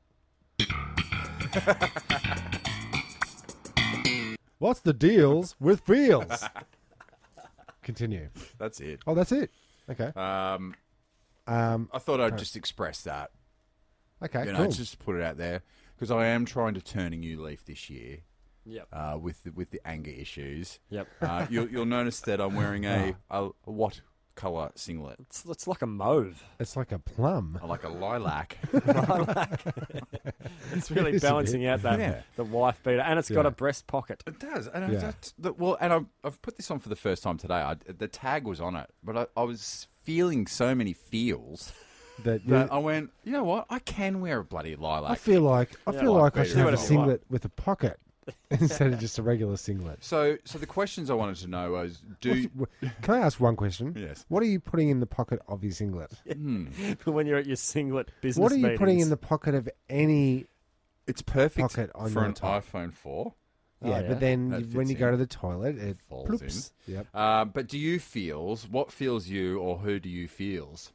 [SPEAKER 2] What's the deals with
[SPEAKER 4] (laughs)
[SPEAKER 2] feels? Continue.
[SPEAKER 4] That's it.
[SPEAKER 2] Oh, that's it. Okay.
[SPEAKER 4] Um,
[SPEAKER 2] Um.
[SPEAKER 4] I thought I'd just express that.
[SPEAKER 2] Okay.
[SPEAKER 4] You know,
[SPEAKER 2] cool.
[SPEAKER 4] just to put it out there because I am trying to turn a new leaf this year
[SPEAKER 3] Yep.
[SPEAKER 4] uh, with the, with the anger issues.
[SPEAKER 3] Yep.
[SPEAKER 4] Uh, you'll, you'll notice that I'm wearing (laughs) a, a what color singlet?
[SPEAKER 3] (laughs) It's, it's like a mauve.
[SPEAKER 2] It's like a plum.
[SPEAKER 4] I like a lilac.
[SPEAKER 2] (laughs)
[SPEAKER 3] It's really
[SPEAKER 2] is a
[SPEAKER 3] balancing out that
[SPEAKER 4] Yeah.
[SPEAKER 3] the wife beater, and it's got
[SPEAKER 2] Yeah.
[SPEAKER 3] a breast pocket.
[SPEAKER 4] (laughs)
[SPEAKER 3] (laughs)
[SPEAKER 4] it does, and I-
[SPEAKER 2] Yeah.
[SPEAKER 4] that- the- well, and I've, I've put this on for the first time today. I, the tag was on it, but I, I was feeling so many feels
[SPEAKER 2] That,
[SPEAKER 4] that oh, I went, you know what? I can wear a bloody lilac.
[SPEAKER 2] I feel like I
[SPEAKER 3] Yeah,
[SPEAKER 2] feel
[SPEAKER 4] like
[SPEAKER 2] like I
[SPEAKER 4] better
[SPEAKER 2] should have a
[SPEAKER 4] than what I
[SPEAKER 2] singlet with a pocket (laughs) instead of just a regular singlet.
[SPEAKER 4] so, so the questions I wanted to know was, do
[SPEAKER 2] What's- Can I ask one question?
[SPEAKER 4] Yes.
[SPEAKER 2] What are you putting in the pocket of your
[SPEAKER 4] (laughs)
[SPEAKER 2] singlet?
[SPEAKER 3] when you're at your singlet business.
[SPEAKER 2] What are you putting
[SPEAKER 3] meetings.
[SPEAKER 2] in the pocket of any?
[SPEAKER 4] it's perfect
[SPEAKER 2] Pocket on
[SPEAKER 4] for
[SPEAKER 2] your
[SPEAKER 4] an
[SPEAKER 2] top.
[SPEAKER 4] iPhone four?
[SPEAKER 3] Oh,
[SPEAKER 2] yeah,
[SPEAKER 3] yeah.
[SPEAKER 2] but then
[SPEAKER 4] That
[SPEAKER 2] you,
[SPEAKER 4] fits
[SPEAKER 2] when you
[SPEAKER 4] in.
[SPEAKER 2] go to the toilet, it
[SPEAKER 4] Folds
[SPEAKER 2] ploops. Yep.
[SPEAKER 4] Uh, but do you feels? What feels you, or who do you feels?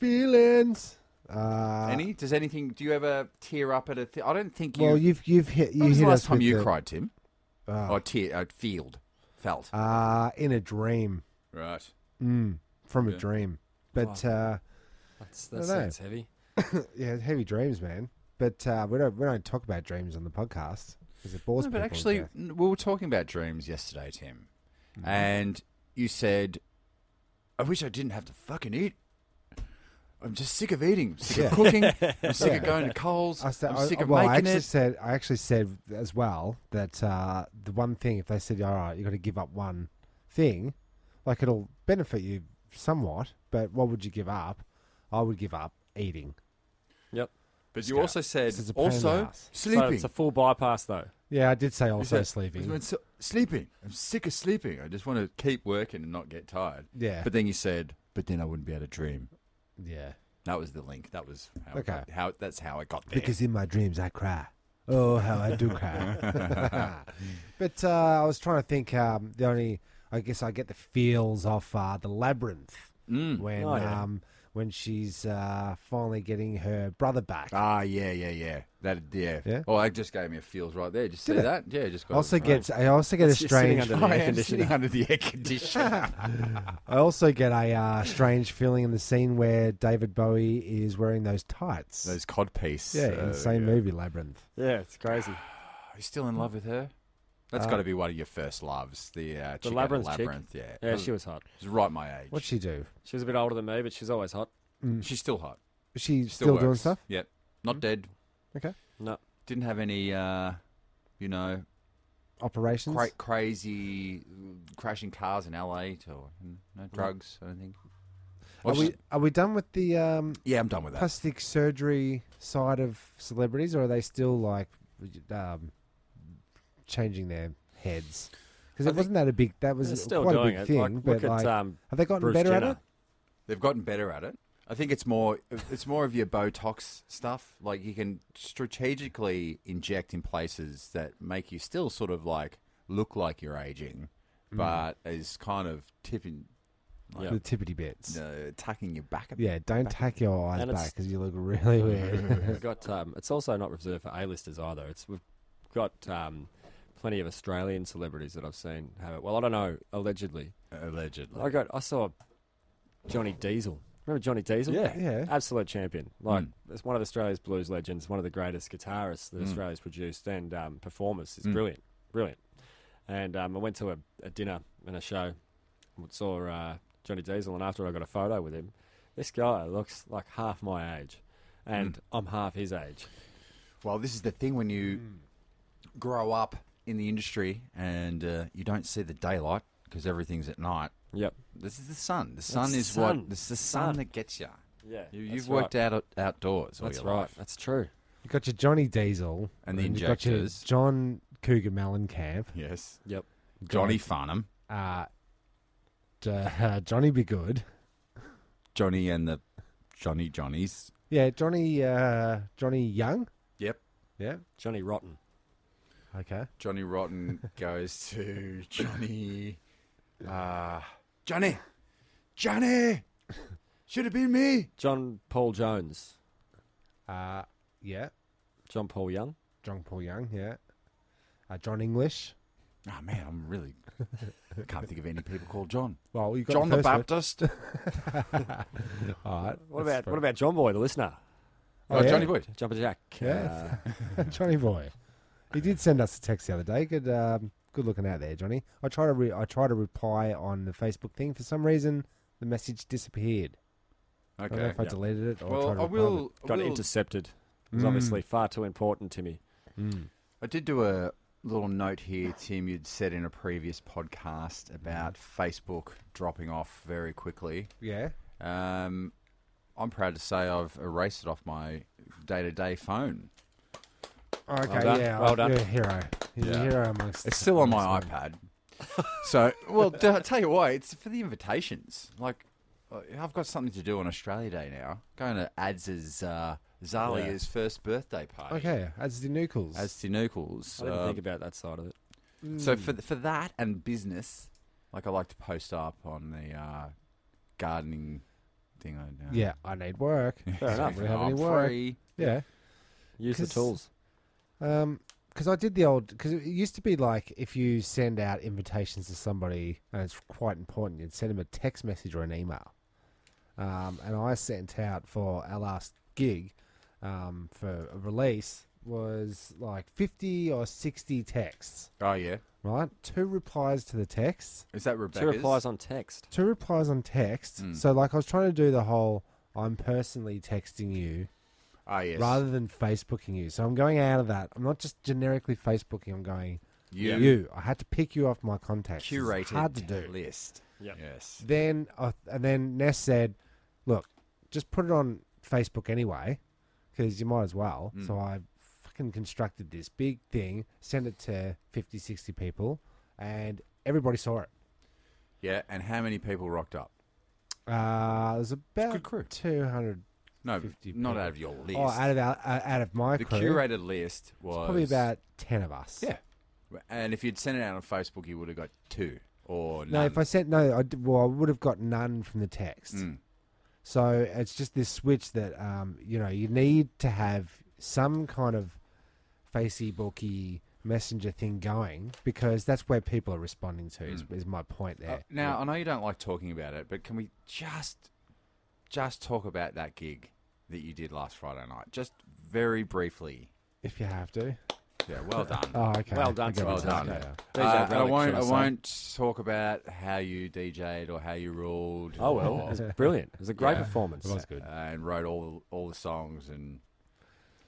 [SPEAKER 2] Feelings. Uh,
[SPEAKER 4] Any? Does anything? Do you ever tear up at a? Th- I don't think you.
[SPEAKER 2] Well, you've you've hit you
[SPEAKER 4] When was
[SPEAKER 2] hit
[SPEAKER 4] the
[SPEAKER 2] us
[SPEAKER 4] last time
[SPEAKER 2] with
[SPEAKER 4] you
[SPEAKER 2] the- Ah.
[SPEAKER 4] cried, Tim? or tear, uh, field, felt.
[SPEAKER 2] Uh, in a dream,
[SPEAKER 4] right.
[SPEAKER 2] mm, from
[SPEAKER 4] Yeah.
[SPEAKER 2] a dream, but uh,
[SPEAKER 3] That's,
[SPEAKER 2] I
[SPEAKER 3] that
[SPEAKER 2] don't know.
[SPEAKER 3] sounds heavy.
[SPEAKER 2] yeah, heavy dreams, man. But uh, we don't we don't talk about dreams on the podcast because it bores
[SPEAKER 4] No, but
[SPEAKER 2] people
[SPEAKER 4] actually,
[SPEAKER 2] to
[SPEAKER 4] n- we were talking about dreams yesterday, Tim,
[SPEAKER 2] Mm-hmm.
[SPEAKER 4] and you said, "I wish I didn't have to fucking eat." I'm just sick of eating. I'm sick of
[SPEAKER 2] Yeah. (laughs)
[SPEAKER 4] cooking. I'm sick of
[SPEAKER 2] Yeah.
[SPEAKER 4] going to Coles.
[SPEAKER 2] I said,
[SPEAKER 4] I'm
[SPEAKER 2] I-
[SPEAKER 4] sick of
[SPEAKER 2] well, I
[SPEAKER 4] making
[SPEAKER 2] actually
[SPEAKER 4] it.
[SPEAKER 2] said, I actually said as well that uh, the one thing, if they said, all right, you've got to give up one thing, like it'll benefit you somewhat, but what would you give up? I would give up eating.
[SPEAKER 3] Yep.
[SPEAKER 4] but you also said
[SPEAKER 2] This is a pain in the
[SPEAKER 4] also
[SPEAKER 2] ass.
[SPEAKER 4] sleeping.
[SPEAKER 3] So it's a full bypass though.
[SPEAKER 2] Yeah, I did say also
[SPEAKER 4] said- you
[SPEAKER 2] sleeping.
[SPEAKER 4] went, "So- sleeping. I'm sick of sleeping. I just want to keep working and not get tired.
[SPEAKER 2] Yeah.
[SPEAKER 4] But then you said, but then I wouldn't be able to dream.
[SPEAKER 2] Yeah.
[SPEAKER 4] That was the link. That was how it
[SPEAKER 2] Okay.
[SPEAKER 4] got- how that's how I got there.
[SPEAKER 2] Because in my dreams I cry. Oh, how I do
[SPEAKER 4] (laughs)
[SPEAKER 2] cry. but uh, I was trying to think. Um, the only, I guess, I get the feels of uh, the labyrinth
[SPEAKER 4] Mm.
[SPEAKER 2] when
[SPEAKER 3] Oh, yeah.
[SPEAKER 2] um, when she's uh, finally getting her brother back.
[SPEAKER 4] Ah, yeah, yeah, yeah. That, yeah.
[SPEAKER 2] Yeah?
[SPEAKER 4] Oh, that just gave me a feels right there. Just see
[SPEAKER 2] Did it?
[SPEAKER 4] that? Yeah, just got
[SPEAKER 2] I also
[SPEAKER 4] it.
[SPEAKER 2] get, I also get a
[SPEAKER 3] It's just sitting
[SPEAKER 2] strange,
[SPEAKER 3] under
[SPEAKER 4] Oh,
[SPEAKER 3] the
[SPEAKER 4] I
[SPEAKER 3] air
[SPEAKER 4] am
[SPEAKER 3] conditioner.
[SPEAKER 4] sitting under the
[SPEAKER 2] (laughs)
[SPEAKER 4] air conditioner.
[SPEAKER 2] I also get a uh, strange feeling in the scene where David Bowie is wearing those tights.
[SPEAKER 4] Those codpiece.
[SPEAKER 2] yeah, in the same movie, Labyrinth.
[SPEAKER 3] Yeah, it's crazy.
[SPEAKER 4] Are you still in love with her? That's
[SPEAKER 2] Uh,
[SPEAKER 4] got to be one of your first loves. The uh, chick out of
[SPEAKER 3] Labyrinth chick?
[SPEAKER 4] labyrinth. Yeah,
[SPEAKER 3] Yeah,
[SPEAKER 2] Hmm.
[SPEAKER 3] she was hot.
[SPEAKER 4] It's right my age.
[SPEAKER 2] What'd she do?
[SPEAKER 3] She was a bit older than me, but she's always hot.
[SPEAKER 4] She's still hot.
[SPEAKER 2] Is she
[SPEAKER 4] Still,
[SPEAKER 2] still, doing
[SPEAKER 4] works.
[SPEAKER 2] stuff? Hmm?
[SPEAKER 4] Yep. Not dead.
[SPEAKER 2] Okay,
[SPEAKER 3] No.
[SPEAKER 4] Didn't have any. Uh, you know,
[SPEAKER 2] operations.
[SPEAKER 4] cra- crazy uh, crashing cars in LA or no drugs. I don't think.
[SPEAKER 2] Are we are we done with the um,
[SPEAKER 4] Yeah, I'm done with that.
[SPEAKER 2] plastic surgery side of celebrities, or are they still like um, changing their heads? Because
[SPEAKER 4] I
[SPEAKER 2] it wasn't that a big that
[SPEAKER 3] They're
[SPEAKER 2] was
[SPEAKER 3] still
[SPEAKER 2] quite a
[SPEAKER 3] doing
[SPEAKER 2] big
[SPEAKER 3] it.
[SPEAKER 2] thing.
[SPEAKER 3] Like,
[SPEAKER 2] but
[SPEAKER 3] look at,
[SPEAKER 2] like,
[SPEAKER 3] um,
[SPEAKER 2] have they gotten
[SPEAKER 3] Bruce
[SPEAKER 2] better at
[SPEAKER 3] Jenner.
[SPEAKER 2] it?
[SPEAKER 4] They've gotten better at it. I think it's more it's more of your Botox stuff. Like you can strategically inject in places that make you still sort of like look like you're aging, but is kind of tipping,
[SPEAKER 3] Yeah.
[SPEAKER 2] The tippity bits.
[SPEAKER 4] uh, tucking you back a bit.
[SPEAKER 2] Yeah,
[SPEAKER 3] (laughs)
[SPEAKER 2] don't tack your eyes
[SPEAKER 3] And
[SPEAKER 2] back 'cause
[SPEAKER 3] it's-
[SPEAKER 2] back because you look
[SPEAKER 3] (laughs)
[SPEAKER 2] really weird.
[SPEAKER 3] We've got. Um, it's also not reserved for A-listers either. It's we've got um, plenty of Australian celebrities that I've seen have it. Well, I don't know. Allegedly,
[SPEAKER 4] allegedly.
[SPEAKER 3] I got. I saw Johnny Diesel. Remember Johnny Diesel?
[SPEAKER 4] Yeah.
[SPEAKER 2] Yeah.
[SPEAKER 3] Absolute champion. Like,
[SPEAKER 4] Mm.
[SPEAKER 3] it's one of Australia's blues legends, one of the greatest guitarists that Australia's produced and um, performers. It's
[SPEAKER 4] Mm.
[SPEAKER 3] brilliant. Brilliant. And um, I went to a, a dinner and a show, saw uh, Johnny Diesel, and after I got a photo with him, this guy looks like half my age, and
[SPEAKER 4] Mm.
[SPEAKER 3] I'm half his age.
[SPEAKER 4] Well, this is the thing when you grow up in the industry and uh, you don't see the daylight because everything's at night.
[SPEAKER 3] Yep.
[SPEAKER 4] This is the sun. The sun
[SPEAKER 3] the
[SPEAKER 4] is
[SPEAKER 3] sun.
[SPEAKER 4] what. This is the sun,
[SPEAKER 3] Sun.
[SPEAKER 4] that gets ya.
[SPEAKER 3] Yeah.
[SPEAKER 4] you. You've worked out outdoors all
[SPEAKER 3] That's
[SPEAKER 4] your
[SPEAKER 3] right.
[SPEAKER 4] life.
[SPEAKER 3] That's true.
[SPEAKER 2] You got your Johnny Diesel
[SPEAKER 4] And the
[SPEAKER 2] you got your
[SPEAKER 4] injectors.
[SPEAKER 2] John Cougar
[SPEAKER 3] (laughs)
[SPEAKER 2] Mellencamp,
[SPEAKER 4] Yes,
[SPEAKER 3] Yep.
[SPEAKER 4] Johnny Farnham,
[SPEAKER 2] uh, J- uh, (laughs) Johnny Be Good.
[SPEAKER 4] Johnny and the Johnny Johnnies.
[SPEAKER 2] Yeah, Johnny uh, Johnny Young.
[SPEAKER 4] Yep.
[SPEAKER 2] Yeah.
[SPEAKER 3] Johnny Rotten.
[SPEAKER 2] Okay.
[SPEAKER 4] Johnny (laughs) Rotten goes to (laughs) Johnny. Uh, Johnny, Johnny, should have been me.
[SPEAKER 3] John Paul Jones.
[SPEAKER 2] Uh, yeah.
[SPEAKER 3] John Paul Young.
[SPEAKER 2] John Paul Young. Yeah. Uh, John English.
[SPEAKER 4] Oh man, I'm really. I can't think of any people called John.
[SPEAKER 2] Well, you got
[SPEAKER 4] John
[SPEAKER 2] the,
[SPEAKER 4] the
[SPEAKER 2] first Oh, one. (laughs)
[SPEAKER 4] Baptist.
[SPEAKER 2] All right.
[SPEAKER 3] What about what about John Boy, the listener?
[SPEAKER 4] Oh,
[SPEAKER 2] yeah.
[SPEAKER 4] Johnny Boyd.
[SPEAKER 3] Jumper Jack.
[SPEAKER 2] Yeah. (laughs)
[SPEAKER 3] Uh,
[SPEAKER 2] Johnny Boy? He did send us a text the other day. Good, um, good looking out there, Johnny. I try to re- I try to reply on the Facebook thing. For some reason, the message disappeared. I don't know
[SPEAKER 4] Okay.
[SPEAKER 2] if I
[SPEAKER 3] yeah.
[SPEAKER 2] deleted it. Or tried
[SPEAKER 4] Well,
[SPEAKER 2] to
[SPEAKER 4] I
[SPEAKER 2] reply, but-
[SPEAKER 4] will. I
[SPEAKER 3] got
[SPEAKER 4] will-
[SPEAKER 3] intercepted. It
[SPEAKER 2] Mm.
[SPEAKER 3] was obviously far too important to me.
[SPEAKER 4] I did do a little note here, Tim. You'd said in a previous podcast about Facebook dropping off very quickly.
[SPEAKER 2] Yeah.
[SPEAKER 4] Um, I'm proud to say I've erased it off my day-to-day phone.
[SPEAKER 2] Oh, Okay.
[SPEAKER 3] done.
[SPEAKER 2] Yeah.
[SPEAKER 3] Well
[SPEAKER 2] I-
[SPEAKER 3] done.
[SPEAKER 2] You're a hero. He's a
[SPEAKER 4] Yeah.
[SPEAKER 2] hero amongst.
[SPEAKER 4] It's still on my
[SPEAKER 2] amongst men.
[SPEAKER 4] iPad. (laughs) So, well, t- I'll tell you why. It's for the invitations. Like, uh, I've got something to do on Australia Day now. Going to Ads's uh, Zalia's first birthday party.
[SPEAKER 2] Okay. As the Nucles.
[SPEAKER 4] As to Nucle's.
[SPEAKER 3] I didn't
[SPEAKER 4] uh,
[SPEAKER 3] think about that side of it.
[SPEAKER 4] So
[SPEAKER 2] Hmm.
[SPEAKER 4] for th- for that and business, like I like to post up on the uh, gardening thing. I do.
[SPEAKER 2] yeah. I need
[SPEAKER 4] (laughs)
[SPEAKER 2] work.
[SPEAKER 3] Fair
[SPEAKER 2] (laughs)
[SPEAKER 3] enough.
[SPEAKER 2] We have any
[SPEAKER 4] I'm
[SPEAKER 2] work.
[SPEAKER 4] free.
[SPEAKER 2] Yeah.
[SPEAKER 3] Use the
[SPEAKER 2] 'Cause-
[SPEAKER 3] tools.
[SPEAKER 2] Um, because I did the old because it used to be like if you send out invitations to somebody and it's quite important, you'd send them a text message or an email. Um, and I sent out for our last gig, um, for a release was like fifty or sixty texts.
[SPEAKER 4] Oh yeah,
[SPEAKER 2] Right, two replies to the texts,
[SPEAKER 4] is that
[SPEAKER 3] Two
[SPEAKER 4] Rebecca's?
[SPEAKER 3] replies on text.
[SPEAKER 2] two replies on text. So like I was trying to do the whole I'm personally texting you
[SPEAKER 4] Oh yes.
[SPEAKER 2] rather than Facebooking you. So I'm going out of that. I'm not just generically Facebooking. I'm going
[SPEAKER 4] Yeah.
[SPEAKER 2] you. I had to pick you off my contacts. It's
[SPEAKER 4] curated
[SPEAKER 2] hard to do.
[SPEAKER 4] list.
[SPEAKER 3] Yep.
[SPEAKER 4] Yes.
[SPEAKER 2] Then I, and then Ness said, "Look, just put it on Facebook anyway, because you might as well."
[SPEAKER 4] Mm.
[SPEAKER 2] So I fucking constructed this big thing, sent it to 50, 60 people, and everybody saw it.
[SPEAKER 4] Yeah, and how many people rocked up?
[SPEAKER 2] Uh, it was
[SPEAKER 4] good
[SPEAKER 2] about
[SPEAKER 4] crew.
[SPEAKER 2] two hundred.
[SPEAKER 4] No,
[SPEAKER 2] 50
[SPEAKER 4] not
[SPEAKER 2] people.
[SPEAKER 4] out of your list.
[SPEAKER 2] Oh, out of our, uh, out of my
[SPEAKER 4] the
[SPEAKER 2] crew,
[SPEAKER 4] curated list was
[SPEAKER 2] probably about ten of us.
[SPEAKER 4] yeah. And if you'd sent it out on Facebook, you would have got two or
[SPEAKER 2] No,
[SPEAKER 4] none.
[SPEAKER 2] if I sent no, I, d- well, I would have got none from the text.
[SPEAKER 4] Mm.
[SPEAKER 2] So it's just this switch that um, you know you need to have some kind of facey, bulky messenger thing going because that's where people are responding to. Is, is my point
[SPEAKER 4] Uh,
[SPEAKER 2] there?
[SPEAKER 4] now I know you don't like talking about it, but can we just just talk about that gig that you did last Friday night, just very briefly?
[SPEAKER 2] if you have to.
[SPEAKER 4] Yeah, well (laughs) done.
[SPEAKER 2] Oh, okay.
[SPEAKER 3] Well done,
[SPEAKER 2] I get
[SPEAKER 3] Tim.
[SPEAKER 2] it.
[SPEAKER 4] Well done.
[SPEAKER 2] Okay.
[SPEAKER 4] Uh, and I
[SPEAKER 3] Relic,
[SPEAKER 4] won't.
[SPEAKER 3] should
[SPEAKER 4] I
[SPEAKER 3] say.
[SPEAKER 4] won't talk about how you DJ'd or how you ruled.
[SPEAKER 3] Oh well,
[SPEAKER 4] or-
[SPEAKER 3] it was brilliant. It was a great
[SPEAKER 4] Yeah.
[SPEAKER 3] performance.
[SPEAKER 2] It was good.
[SPEAKER 4] and wrote all all the songs and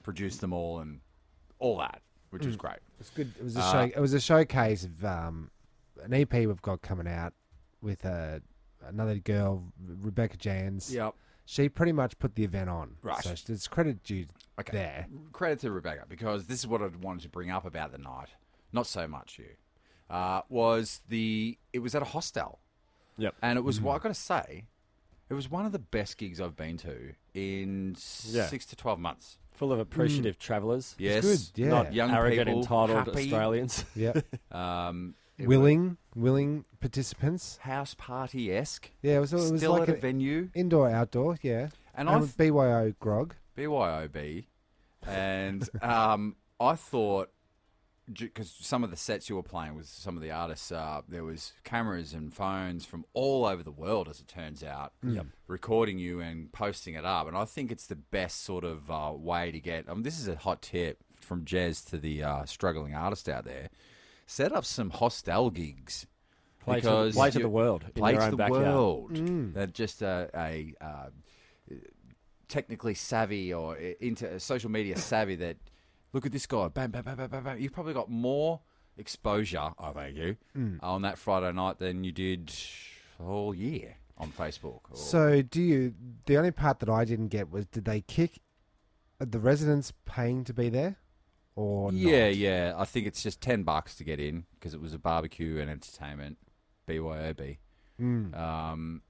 [SPEAKER 4] produced them all and all that, which
[SPEAKER 3] Mm.
[SPEAKER 4] was great.
[SPEAKER 2] It was good. It was a
[SPEAKER 4] Uh,
[SPEAKER 2] show. It was a showcase of um, an EP we've got coming out with uh, another girl, Rebecca Jans.
[SPEAKER 4] Yep.
[SPEAKER 2] She pretty much put the event on.
[SPEAKER 4] Right.
[SPEAKER 2] So it's credit due
[SPEAKER 4] Okay.
[SPEAKER 2] there.
[SPEAKER 4] credit to Rebecca because this is what I wanted to bring up about the night. Not so much you. Uh, was the it was at a hostel.
[SPEAKER 3] Yep.
[SPEAKER 4] And it was
[SPEAKER 2] Mm-hmm.
[SPEAKER 4] what I got to say. It was one of the best gigs I've been to in
[SPEAKER 3] Yeah.
[SPEAKER 4] six to twelve months.
[SPEAKER 3] Full of appreciative travellers.
[SPEAKER 4] Yes,
[SPEAKER 2] good, Mm. yeah.
[SPEAKER 4] not young
[SPEAKER 3] arrogant,
[SPEAKER 4] people,
[SPEAKER 3] entitled
[SPEAKER 4] happy,
[SPEAKER 3] Australians. (laughs)
[SPEAKER 2] Yeah.
[SPEAKER 4] Um, it was
[SPEAKER 2] willing, willing participants.
[SPEAKER 4] house party esque.
[SPEAKER 2] Yeah, it was, it was
[SPEAKER 4] Still
[SPEAKER 2] like
[SPEAKER 4] at a
[SPEAKER 2] an
[SPEAKER 4] venue,
[SPEAKER 2] indoor outdoor. Yeah,
[SPEAKER 4] and
[SPEAKER 2] and
[SPEAKER 4] I
[SPEAKER 2] with BYO grog.
[SPEAKER 4] BYOB, and um, I thought because some of the sets you were playing with some of the artists, uh, there was cameras and phones from all over the world, as it turns out,
[SPEAKER 3] Mm.
[SPEAKER 4] recording you and posting it up. And I think it's the best sort of uh, way to get. I mean, this is a hot tip from Jez to the uh, struggling artist out there: set up some hostel gigs.
[SPEAKER 3] Play to the- play to
[SPEAKER 4] you-
[SPEAKER 3] the world in
[SPEAKER 4] play
[SPEAKER 3] their
[SPEAKER 4] to
[SPEAKER 3] own
[SPEAKER 4] the
[SPEAKER 3] backyard.
[SPEAKER 4] world. That just a, a uh, technically savvy or into uh, social media savvy that look at this guy, bam, bam, bam, bam, bam, bam. You've probably got more exposure, I thank you, on that Friday night than you did all year on Facebook. Or,
[SPEAKER 2] So do you? The only part that I didn't get was did they kick the residents paying to be there, or
[SPEAKER 4] yeah,
[SPEAKER 2] not?
[SPEAKER 4] yeah. I think it's just ten bucks to get in because it was a barbecue and entertainment, BYOB. Um,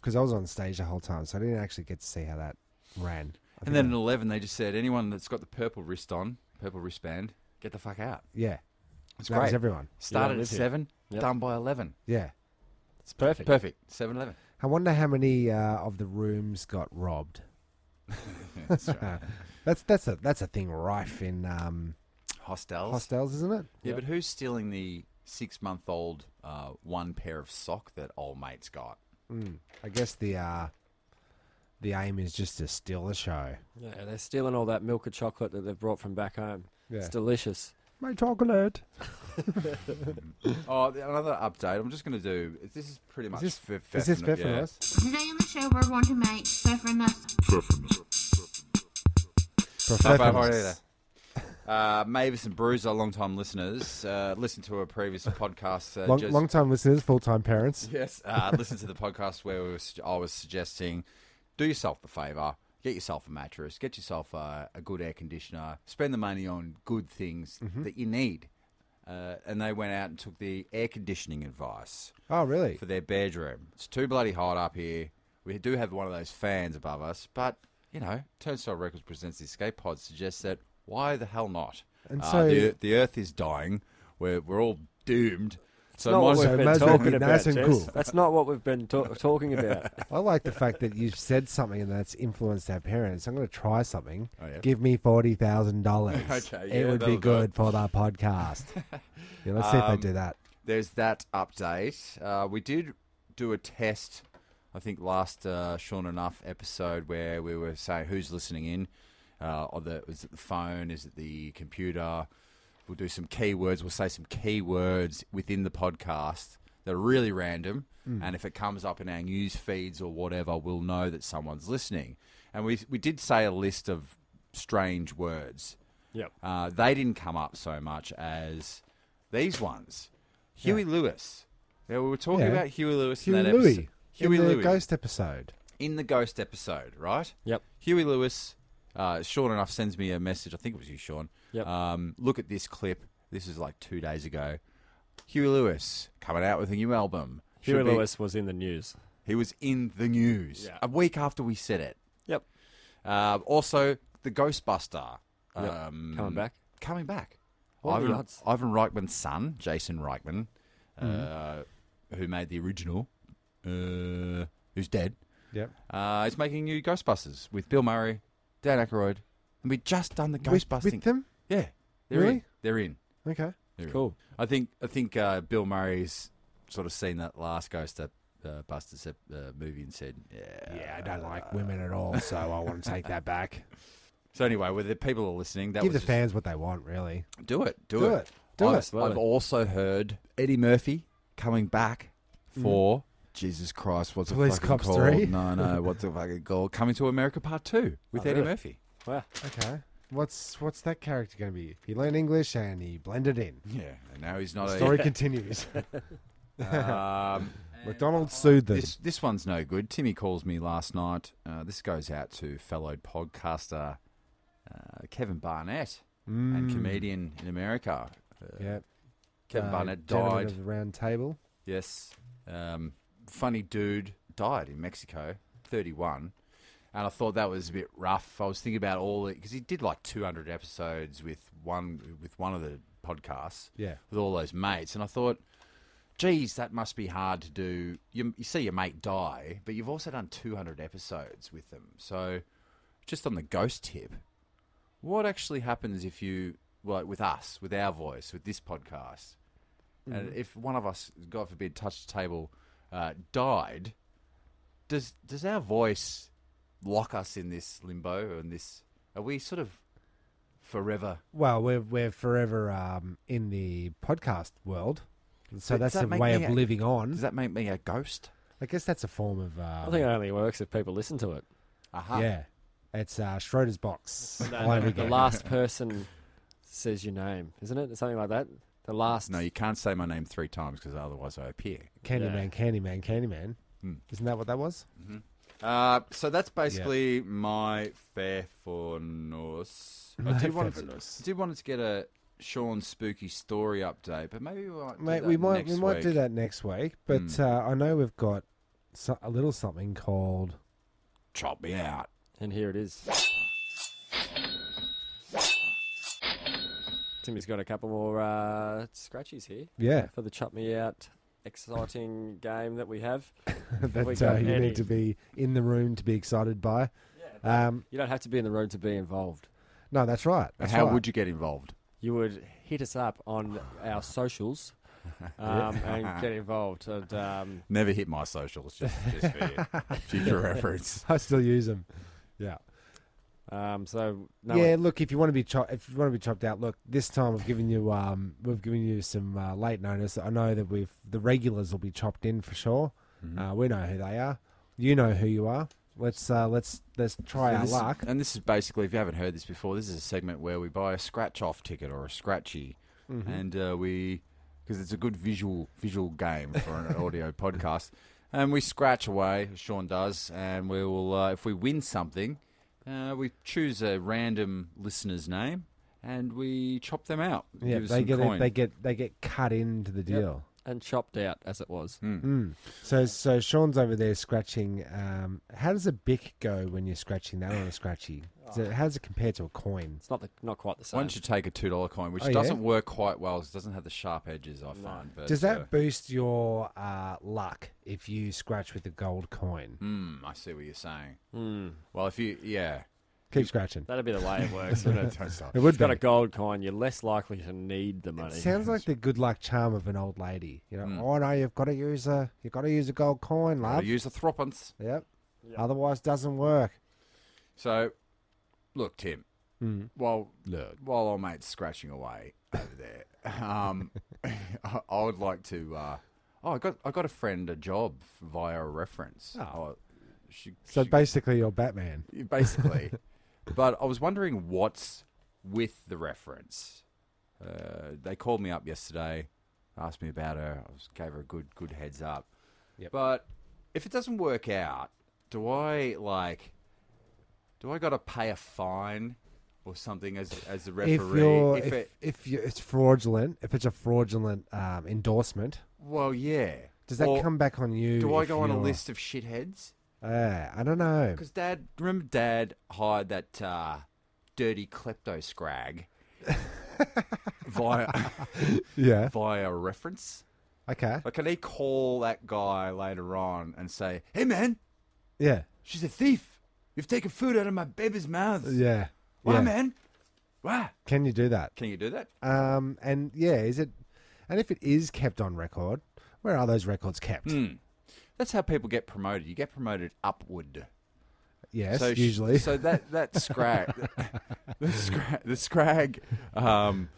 [SPEAKER 2] Because I was on stage the whole time, so I didn't actually get to see how that ran. I
[SPEAKER 4] and
[SPEAKER 2] think
[SPEAKER 4] then
[SPEAKER 2] I-
[SPEAKER 4] at eleven, they just said anyone that's got the purple wrist on, purple wristband, get the fuck out.
[SPEAKER 2] yeah,
[SPEAKER 4] It's
[SPEAKER 2] that was
[SPEAKER 4] great.
[SPEAKER 2] everyone.
[SPEAKER 4] Started at
[SPEAKER 3] live here.
[SPEAKER 4] seven,
[SPEAKER 3] Yep.
[SPEAKER 4] done by eleven.
[SPEAKER 2] Yeah,
[SPEAKER 3] It's perfect.
[SPEAKER 4] Perfect. Seven eleven.
[SPEAKER 2] I wonder how many uh, of the rooms got robbed.
[SPEAKER 4] (laughs) That's right.
[SPEAKER 2] (laughs) That's that's a that's a thing rife in um,
[SPEAKER 4] Hostels.
[SPEAKER 2] hostels, isn't it?
[SPEAKER 4] yeah, but who's stealing the six month old uh, one pair of sock that old mate's got?
[SPEAKER 2] I guess the uh, the aim is just to steal the show.
[SPEAKER 3] Yeah, they're stealing all that milk and chocolate that they've brought from back home.
[SPEAKER 2] Yeah.
[SPEAKER 3] It's delicious.
[SPEAKER 2] My chocolate.
[SPEAKER 4] Oh, the- another update. I'm just going to do. This is pretty much.
[SPEAKER 2] Is
[SPEAKER 4] fe-
[SPEAKER 2] this, is this fair
[SPEAKER 4] feffinite,
[SPEAKER 2] for
[SPEAKER 4] yeah.
[SPEAKER 2] us?
[SPEAKER 5] Today on the show, we're going to make pfeffernuss.
[SPEAKER 2] For
[SPEAKER 4] Not
[SPEAKER 2] fair
[SPEAKER 4] bad
[SPEAKER 2] for
[SPEAKER 4] for
[SPEAKER 2] us.
[SPEAKER 4] either. Uh, Mavis and Bruiser, long-time listeners, uh, listen to a previous podcast. Uh,
[SPEAKER 2] Long,
[SPEAKER 4] just-
[SPEAKER 2] long time listeners, full time
[SPEAKER 4] (laughs)
[SPEAKER 2] parents.
[SPEAKER 4] Yes, uh, listen to the podcast where we were, I was suggesting do yourself the favour, get yourself a mattress, get yourself a, a good air conditioner, spend the money on good things that you need. Uh, and they went out and took the air conditioning advice
[SPEAKER 2] Oh, really?
[SPEAKER 4] for their bedroom. It's too bloody hot up here. We do have one of those fans above us, but you know, Turnstile Records presents the Escape Pod suggests that why the hell not?
[SPEAKER 2] And
[SPEAKER 4] Uh,
[SPEAKER 2] so-
[SPEAKER 4] the, the Earth is dying. We're we're all doomed. So
[SPEAKER 3] not
[SPEAKER 4] might
[SPEAKER 3] what
[SPEAKER 4] as
[SPEAKER 2] So
[SPEAKER 4] well
[SPEAKER 2] might
[SPEAKER 3] we've been
[SPEAKER 2] as well be
[SPEAKER 3] talking about.
[SPEAKER 2] nice and
[SPEAKER 3] Jess.
[SPEAKER 2] cool.
[SPEAKER 3] That's not what we've been ta- talking
[SPEAKER 4] (laughs)
[SPEAKER 3] about.
[SPEAKER 2] I like the fact that you've said something and that's influenced our parents. I'm going to try something.
[SPEAKER 4] Oh, yeah.
[SPEAKER 2] Give me forty thousand dollars.
[SPEAKER 4] (laughs) Okay,
[SPEAKER 2] it
[SPEAKER 4] yeah,
[SPEAKER 2] would be
[SPEAKER 4] that'll do
[SPEAKER 2] good
[SPEAKER 4] it. Um,
[SPEAKER 2] for the
[SPEAKER 4] (laughs)
[SPEAKER 2] podcast. yeah, let's see if they do that.
[SPEAKER 4] there's that update. Uh, we did do a test, I think, last uh, Sean Enough episode where we were saying who's listening in. Uh, or the, is it the phone? Is it the computer? We'll do some keywords. We'll say some keywords within the podcast that are really random. And if it comes up in our news feeds or whatever, we'll know that someone's listening. And we, we did say a list of strange words.
[SPEAKER 3] Yep.
[SPEAKER 4] Uh, they didn't come up so much as these ones. Huey Lewis. Yeah, we were talking
[SPEAKER 2] Yeah.
[SPEAKER 4] about Huey Lewis
[SPEAKER 2] Huey
[SPEAKER 4] in that
[SPEAKER 2] Louie.
[SPEAKER 4] episode. Huey
[SPEAKER 2] in the
[SPEAKER 4] Lewis
[SPEAKER 2] ghost episode.
[SPEAKER 4] in the Ghost episode, right?
[SPEAKER 3] Yep.
[SPEAKER 4] Huey Lewis. Uh, Sean enough sends me a message. I think it was you, Sean.
[SPEAKER 3] Yep.
[SPEAKER 4] Um, look at this clip. This is like two days ago. Huey Lewis coming out with a new album.
[SPEAKER 3] Huey
[SPEAKER 4] Should be-
[SPEAKER 3] Lewis was in the news.
[SPEAKER 4] He was in the news
[SPEAKER 3] Yeah.
[SPEAKER 4] a week after we said it.
[SPEAKER 3] Yep.
[SPEAKER 4] Uh, also, the Ghostbuster
[SPEAKER 3] Yep.
[SPEAKER 4] um,
[SPEAKER 3] Coming back.
[SPEAKER 4] coming back.
[SPEAKER 3] What are the
[SPEAKER 4] Ivan,
[SPEAKER 3] odds?
[SPEAKER 4] Ivan Reichman's son, Jason Reichman,
[SPEAKER 2] Mm-hmm.
[SPEAKER 4] uh, who made the original, uh, who's dead,
[SPEAKER 2] Yep.
[SPEAKER 4] uh, is making new Ghostbusters with Bill Murray, Dan Aykroyd, and we just done the
[SPEAKER 2] With,
[SPEAKER 4] Ghostbusting.
[SPEAKER 2] with them.
[SPEAKER 4] Yeah, they're in.
[SPEAKER 2] Really?
[SPEAKER 4] They're in.
[SPEAKER 2] Okay.
[SPEAKER 4] They're in.
[SPEAKER 3] Cool.
[SPEAKER 4] I think I think uh, Bill Murray's sort of seen that last Ghost uh, Busters uh, movie and said, yeah,
[SPEAKER 2] Yeah, I don't like women at all, so I want to take that (laughs) back.
[SPEAKER 4] So anyway, whether the people are listening, that
[SPEAKER 2] Give the
[SPEAKER 4] was just-
[SPEAKER 2] fans what they want, really.
[SPEAKER 4] Do it. Do,
[SPEAKER 2] Do
[SPEAKER 4] it.
[SPEAKER 2] it. Do
[SPEAKER 4] I've,
[SPEAKER 2] it.
[SPEAKER 4] I've also heard Eddie Murphy coming back for Jesus Christ. What's
[SPEAKER 2] Mm. Police
[SPEAKER 4] the fucking
[SPEAKER 2] Cops
[SPEAKER 4] called?
[SPEAKER 2] 3? (laughs)
[SPEAKER 4] No, no. What's the fucking called? Coming to America Part Two with
[SPEAKER 3] Oh,
[SPEAKER 4] Eddie
[SPEAKER 3] really?
[SPEAKER 4] Murphy.
[SPEAKER 3] Wow.
[SPEAKER 2] Okay. What's what's that character going to be? He learned English and he blended in.
[SPEAKER 4] Yeah. And now he's not. (laughs)
[SPEAKER 2] Story continues.
[SPEAKER 4] A, um,
[SPEAKER 2] (laughs) McDonald sued them.
[SPEAKER 4] this this one's no good. Timmy calls me last night. Uh, this goes out to fellow podcaster uh, Kevin Barnett
[SPEAKER 2] Mm.
[SPEAKER 4] and comedian in America. Uh,
[SPEAKER 2] yeah.
[SPEAKER 4] Kevin
[SPEAKER 2] Uh,
[SPEAKER 4] Barnett
[SPEAKER 2] gentlemen
[SPEAKER 4] died.
[SPEAKER 2] Of the round table.
[SPEAKER 4] Yes. Um, funny dude died in Mexico, 31. And I thought that was a bit rough. I was thinking about all the because he did like 200 episodes with one with one of the podcasts
[SPEAKER 2] Yeah.
[SPEAKER 4] with all those mates, and I thought, geez, that must be hard to do. You, you see your mate die, but you've also done 200 episodes with them. So, just on the ghost tip, what actually happens if you like with us, with our voice, with this podcast.
[SPEAKER 2] Mm-hmm.
[SPEAKER 4] And Uh, if one of us, God forbid, touched the table, uh, died, does does our voice lock us in this limbo and this? Are we sort of forever?
[SPEAKER 2] Well, we're we're forever um, in the podcast world, so
[SPEAKER 4] But does
[SPEAKER 2] that's
[SPEAKER 4] that
[SPEAKER 2] a
[SPEAKER 4] make
[SPEAKER 2] way
[SPEAKER 4] me
[SPEAKER 2] of
[SPEAKER 4] a-
[SPEAKER 2] living on.
[SPEAKER 4] Does that make me a ghost?
[SPEAKER 2] I guess that's a form of
[SPEAKER 3] I
[SPEAKER 2] um,
[SPEAKER 3] think it only works if people listen to it.
[SPEAKER 4] Aha.
[SPEAKER 2] yeah. It's uh, Schroeder's box.
[SPEAKER 3] No,
[SPEAKER 2] All
[SPEAKER 3] no,
[SPEAKER 2] over
[SPEAKER 3] the
[SPEAKER 2] again. (laughs)
[SPEAKER 3] last person says your name, isn't it? Something like that. The last.
[SPEAKER 4] No, you can't say my name three times because otherwise I appear.
[SPEAKER 2] Candyman, Candyman, Candyman.
[SPEAKER 4] Hmm.
[SPEAKER 2] Isn't that what that was?
[SPEAKER 4] Uh, so that's basically my fair for Norse. I do want to, I do want to get a Sean's spooky story update, but maybe we might. do
[SPEAKER 2] Mate,
[SPEAKER 4] that
[SPEAKER 2] we might
[SPEAKER 4] next
[SPEAKER 2] we might do
[SPEAKER 4] week.
[SPEAKER 2] that next week, but
[SPEAKER 4] Mm.
[SPEAKER 2] uh, I know we've got so, a little something called
[SPEAKER 4] Chop me out.
[SPEAKER 3] And here it is. Timmy's got a couple more uh, scratchies here
[SPEAKER 2] yeah
[SPEAKER 3] for the chop me out exciting game (laughs) that we have.
[SPEAKER 2] (laughs)
[SPEAKER 3] we
[SPEAKER 2] that uh,
[SPEAKER 3] got
[SPEAKER 2] you
[SPEAKER 3] any?
[SPEAKER 2] need to be in the room to be excited by. Um,
[SPEAKER 3] You don't have to be in the room to be involved.
[SPEAKER 2] no, that's right. That's
[SPEAKER 4] How
[SPEAKER 2] right.
[SPEAKER 4] would you get involved?
[SPEAKER 3] You would hit us up on
[SPEAKER 2] (laughs)
[SPEAKER 3] our socials um, and get involved. And um,
[SPEAKER 4] Never hit my socials, just, just for
[SPEAKER 2] (laughs)
[SPEAKER 4] your future reference.
[SPEAKER 2] (laughs) I still use them. Yeah.
[SPEAKER 3] um, so no
[SPEAKER 2] yeah,
[SPEAKER 3] one-
[SPEAKER 2] look, if you want to be chop, if you want to be chopped out, look, this time we've given you um we've given you some uh, late notice. I know that we've the regulars will be chopped in for sure.
[SPEAKER 4] Mm-hmm.
[SPEAKER 2] Uh, we know who they are. You know who you are. Let's uh, let's let's try
[SPEAKER 4] And
[SPEAKER 2] our
[SPEAKER 4] this-
[SPEAKER 2] luck.
[SPEAKER 4] And this is basically, if you haven't heard this before, this is a segment where we buy a scratch off ticket or a scratchy,
[SPEAKER 2] Mm-hmm.
[SPEAKER 4] and uh, we because it's a good visual visual game for an
[SPEAKER 2] (laughs)
[SPEAKER 4] audio podcast, and we scratch away. Sean does, and we will uh, if we win something, uh, we choose a random listener's name and we chop them out.
[SPEAKER 2] Yeah,
[SPEAKER 4] Give us
[SPEAKER 2] they
[SPEAKER 4] some
[SPEAKER 2] get
[SPEAKER 4] coin.
[SPEAKER 2] it, they get they get cut into the deal.
[SPEAKER 3] and chopped out as it was.
[SPEAKER 4] Hmm.
[SPEAKER 2] Mm. So so Sean's over there scratching. Um, how does a bic go when you're scratching that on a scratchy? So how does it compare to a coin?
[SPEAKER 3] It's not the, not quite the
[SPEAKER 4] Why
[SPEAKER 3] same.
[SPEAKER 4] don't you take a two dollar coin, which
[SPEAKER 2] Oh, yeah?
[SPEAKER 4] doesn't work quite well. 'cause It doesn't have the sharp edges. I find. But,
[SPEAKER 2] Does that
[SPEAKER 4] uh,
[SPEAKER 2] boost your uh, luck if you scratch with a gold coin?
[SPEAKER 4] Hmm, I see what you're saying. Well, if you, yeah,
[SPEAKER 2] Keep scratching.
[SPEAKER 3] That'd be the
[SPEAKER 4] (laughs)
[SPEAKER 3] way it works. wouldn't it?
[SPEAKER 2] It would
[SPEAKER 3] If you've got
[SPEAKER 2] be.
[SPEAKER 3] a gold coin, you're less likely to need the money.
[SPEAKER 2] Sounds like the good luck charm of an old lady. You know,
[SPEAKER 4] Hmm.
[SPEAKER 2] oh no, you've got to use a you've got to use a gold coin,
[SPEAKER 4] I
[SPEAKER 2] love.
[SPEAKER 4] use a threepence.
[SPEAKER 2] yep. Otherwise, doesn't work.
[SPEAKER 4] So, look, Tim. While look, while old mate's scratching away over there, um, (laughs) I, I would like to. Uh, oh, I got I got a friend a job via a reference. Oh, she,
[SPEAKER 2] So
[SPEAKER 4] she-
[SPEAKER 2] basically, you're Batman. (laughs)
[SPEAKER 4] basically. but I was wondering what's with the reference. Uh, they called me up yesterday, asked me about her. I was, gave her a good good heads up. But if it doesn't work out, do I like? Do I got to pay a fine or something as as the referee?
[SPEAKER 2] If you're if
[SPEAKER 4] If
[SPEAKER 2] if, you, it's fraudulent, if it's a fraudulent um, endorsement,
[SPEAKER 4] well, yeah.
[SPEAKER 2] does that
[SPEAKER 4] Or
[SPEAKER 2] come back on you?
[SPEAKER 4] Do I
[SPEAKER 2] if
[SPEAKER 4] go on a
[SPEAKER 2] you're-
[SPEAKER 4] list of shitheads?
[SPEAKER 2] Uh, I don't know.
[SPEAKER 4] Because Dad, remember Dad hired that uh, dirty
[SPEAKER 2] (laughs)
[SPEAKER 4] klepto scrag via
[SPEAKER 2] Yeah.
[SPEAKER 4] via reference.
[SPEAKER 2] Okay.
[SPEAKER 4] Like, can they call that guy later on and say, "Hey, man,
[SPEAKER 2] Yeah.
[SPEAKER 4] she's a thief. You've taken food out of my baby's mouth.
[SPEAKER 2] Yeah.
[SPEAKER 4] Why,
[SPEAKER 2] yeah.
[SPEAKER 4] man? Why?"
[SPEAKER 2] Can you do that?
[SPEAKER 4] Can you do that?
[SPEAKER 2] Um, and yeah, is it? And if it is kept on record, where are those records kept?
[SPEAKER 4] Hmm. That's how people get promoted. You get promoted upward.
[SPEAKER 2] Yes,
[SPEAKER 4] so sh-
[SPEAKER 2] usually.
[SPEAKER 4] So that
[SPEAKER 2] (laughs)
[SPEAKER 4] that scrag, the scrag, the scrag. Um,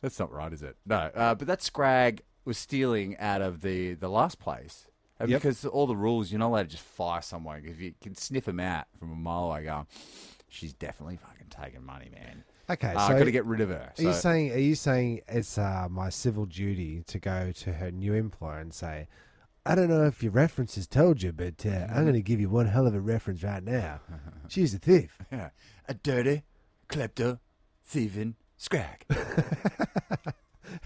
[SPEAKER 4] that's not right, is it? No. Uh, but that scrag was stealing out of the the last place. And
[SPEAKER 2] Yep.
[SPEAKER 4] Because all the rules, you're not allowed to just fire someone. If you can sniff them out from a mile away, going, she's definitely fucking taking money, man.
[SPEAKER 2] okay,
[SPEAKER 4] Uh,
[SPEAKER 2] so
[SPEAKER 4] i got to get rid of her.
[SPEAKER 2] Are you
[SPEAKER 4] So-
[SPEAKER 2] saying? Are you saying it's uh, my civil duty to go to her new employer and say, "I don't know if your references told you, but uh,
[SPEAKER 4] Mm-hmm.
[SPEAKER 2] I'm going to give you one hell of a reference right now. She's a thief."
[SPEAKER 4] (laughs)
[SPEAKER 2] (laughs)
[SPEAKER 4] Yeah. A dirty, klepto, thieving scrag.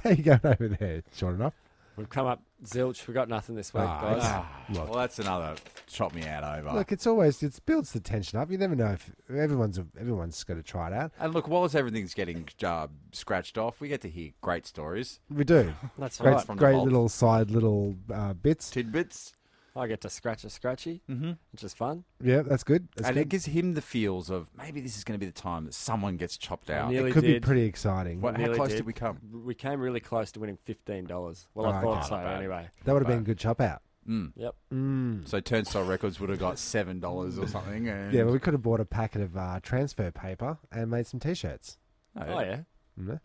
[SPEAKER 2] How you going over there? Short enough.
[SPEAKER 3] We've come up zilch. We got nothing this week,
[SPEAKER 2] Ah,
[SPEAKER 3] guys.
[SPEAKER 4] well, that's another chop me out over.
[SPEAKER 2] Look, it's always it builds the tension up. You never know if everyone's everyone's going to try it out.
[SPEAKER 4] and look, whilst everything's getting uh, scratched off, we get to hear great stories,
[SPEAKER 2] We do
[SPEAKER 4] (laughs)
[SPEAKER 3] That's
[SPEAKER 2] great,
[SPEAKER 3] right.
[SPEAKER 4] from the
[SPEAKER 2] great
[SPEAKER 4] vault.
[SPEAKER 2] little side little uh, bits.
[SPEAKER 4] tidbits.
[SPEAKER 3] I get to scratch a scratchy, mm-hmm. which is fun.
[SPEAKER 2] Yeah, that's good. That's
[SPEAKER 4] and it
[SPEAKER 2] good.
[SPEAKER 4] gives him the feels of maybe this is going to be the time that someone gets chopped out.
[SPEAKER 3] nearly
[SPEAKER 2] Could be
[SPEAKER 3] did.
[SPEAKER 2] pretty exciting.
[SPEAKER 4] What, how
[SPEAKER 3] Nearly
[SPEAKER 4] close
[SPEAKER 3] did.
[SPEAKER 4] did we come?
[SPEAKER 3] We came really close to winning fifteen dollars. Well,
[SPEAKER 2] Oh,
[SPEAKER 3] I thought
[SPEAKER 2] okay.
[SPEAKER 3] so
[SPEAKER 4] Not bad.
[SPEAKER 3] anyway.
[SPEAKER 2] That would have been a good chop out.
[SPEAKER 4] Hmm.
[SPEAKER 3] Yep.
[SPEAKER 4] So Turnstile Records would have got seven dollars or something. And
[SPEAKER 2] Yeah, well, we could have bought a packet of uh, transfer paper and made some t-shirts.
[SPEAKER 3] Oh yeah.
[SPEAKER 2] Mm.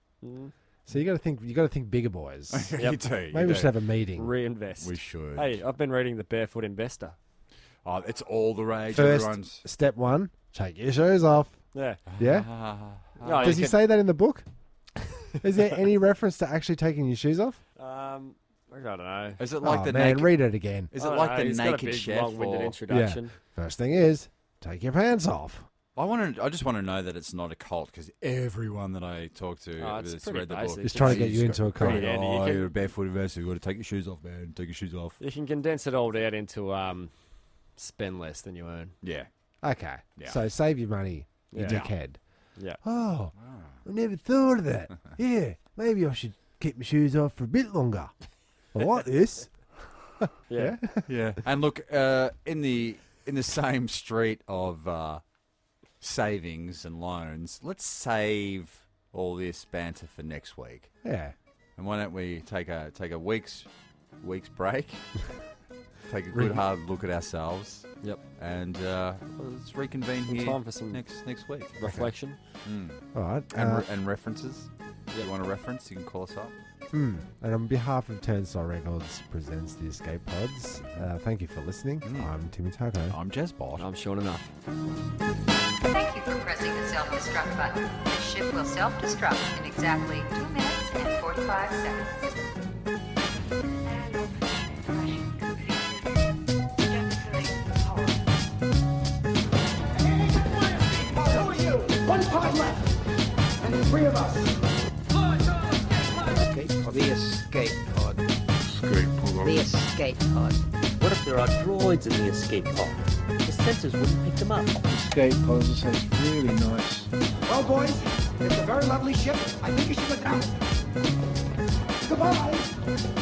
[SPEAKER 2] So you got to think. You got to think bigger, boys.
[SPEAKER 4] (laughs) (laughs) you do. you
[SPEAKER 2] Maybe we
[SPEAKER 4] do.
[SPEAKER 2] should have a meeting.
[SPEAKER 3] Reinvest.
[SPEAKER 4] Hmm. We should.
[SPEAKER 3] Hey, I've been reading the Barefoot Investor.
[SPEAKER 4] Oh, it's all the rage.
[SPEAKER 2] First
[SPEAKER 4] Everyone's.
[SPEAKER 2] step one: take your shoes off.
[SPEAKER 3] Yeah.
[SPEAKER 4] Ah.
[SPEAKER 2] Yeah.
[SPEAKER 3] No, you
[SPEAKER 2] Does he
[SPEAKER 3] could-
[SPEAKER 2] say that in the
[SPEAKER 4] (laughs)
[SPEAKER 2] book? Is there any reference to actually taking your shoes off?
[SPEAKER 3] Um, I don't know.
[SPEAKER 4] Is it like
[SPEAKER 2] oh,
[SPEAKER 4] the
[SPEAKER 2] man,
[SPEAKER 4] naked?
[SPEAKER 2] read it again.
[SPEAKER 4] Is it like the naked chef?
[SPEAKER 3] Long-winded
[SPEAKER 4] or-
[SPEAKER 3] introduction.
[SPEAKER 2] First thing is, take your pants off.
[SPEAKER 4] I want to. I just want to know that it's not a cult because everyone that I talk to
[SPEAKER 3] Oh, it's
[SPEAKER 4] that's
[SPEAKER 3] pretty
[SPEAKER 4] read the
[SPEAKER 3] basic.
[SPEAKER 4] book.
[SPEAKER 2] He's trying to get
[SPEAKER 4] Jesus
[SPEAKER 2] you into a
[SPEAKER 4] Christ.
[SPEAKER 2] cult.
[SPEAKER 3] Yeah, Andy, you
[SPEAKER 4] oh,
[SPEAKER 3] can-
[SPEAKER 4] you're a barefoot investor. You got to take your shoes off, man. Take your shoes off.
[SPEAKER 3] You can condense it all down into um, spend less than you earn.
[SPEAKER 4] Yeah.
[SPEAKER 2] Okay.
[SPEAKER 4] Yeah.
[SPEAKER 2] So save your money, you
[SPEAKER 3] Yeah.
[SPEAKER 2] dickhead.
[SPEAKER 3] Yeah.
[SPEAKER 2] Oh,
[SPEAKER 4] Ah.
[SPEAKER 2] I never thought of
[SPEAKER 4] (laughs)
[SPEAKER 2] that. yeah, maybe I should keep my shoes off for a bit longer. I like this.
[SPEAKER 3] Yeah.
[SPEAKER 4] Yeah. And look, uh, in the in the same street of uh, savings and loans, let's save all this banter for next week.
[SPEAKER 2] Yeah.
[SPEAKER 4] And why don't we take a take a week's
[SPEAKER 3] (laughs)
[SPEAKER 4] week's break? take a good hard look at ourselves,
[SPEAKER 3] Yep.
[SPEAKER 4] and uh, let's reconvene here
[SPEAKER 3] Time for some
[SPEAKER 4] next next week.
[SPEAKER 3] reflection.
[SPEAKER 2] All right.
[SPEAKER 4] And,
[SPEAKER 2] uh,
[SPEAKER 4] re- and references. If you want a reference, you can call us up.
[SPEAKER 2] hmm. and on behalf of Turnstile Records presents the Escape Pods, uh, thank you for listening.
[SPEAKER 4] Mm.
[SPEAKER 2] I'm Timmy Taco.
[SPEAKER 4] I'm Jezbot.
[SPEAKER 3] I'm sure enough.
[SPEAKER 6] Thank you for pressing the self-destruct button. The ship will self-destruct in exactly 2 minutes and 45 seconds.
[SPEAKER 7] One pod left, and the three of us.
[SPEAKER 8] The escape pod. The escape pod.
[SPEAKER 9] What if there are droids in the escape pod? The sensors wouldn't pick them up.
[SPEAKER 7] Escape puzzles is really nice.
[SPEAKER 10] Well, boys, it's a very lovely ship. I think you should look out.
[SPEAKER 7] Goodbye.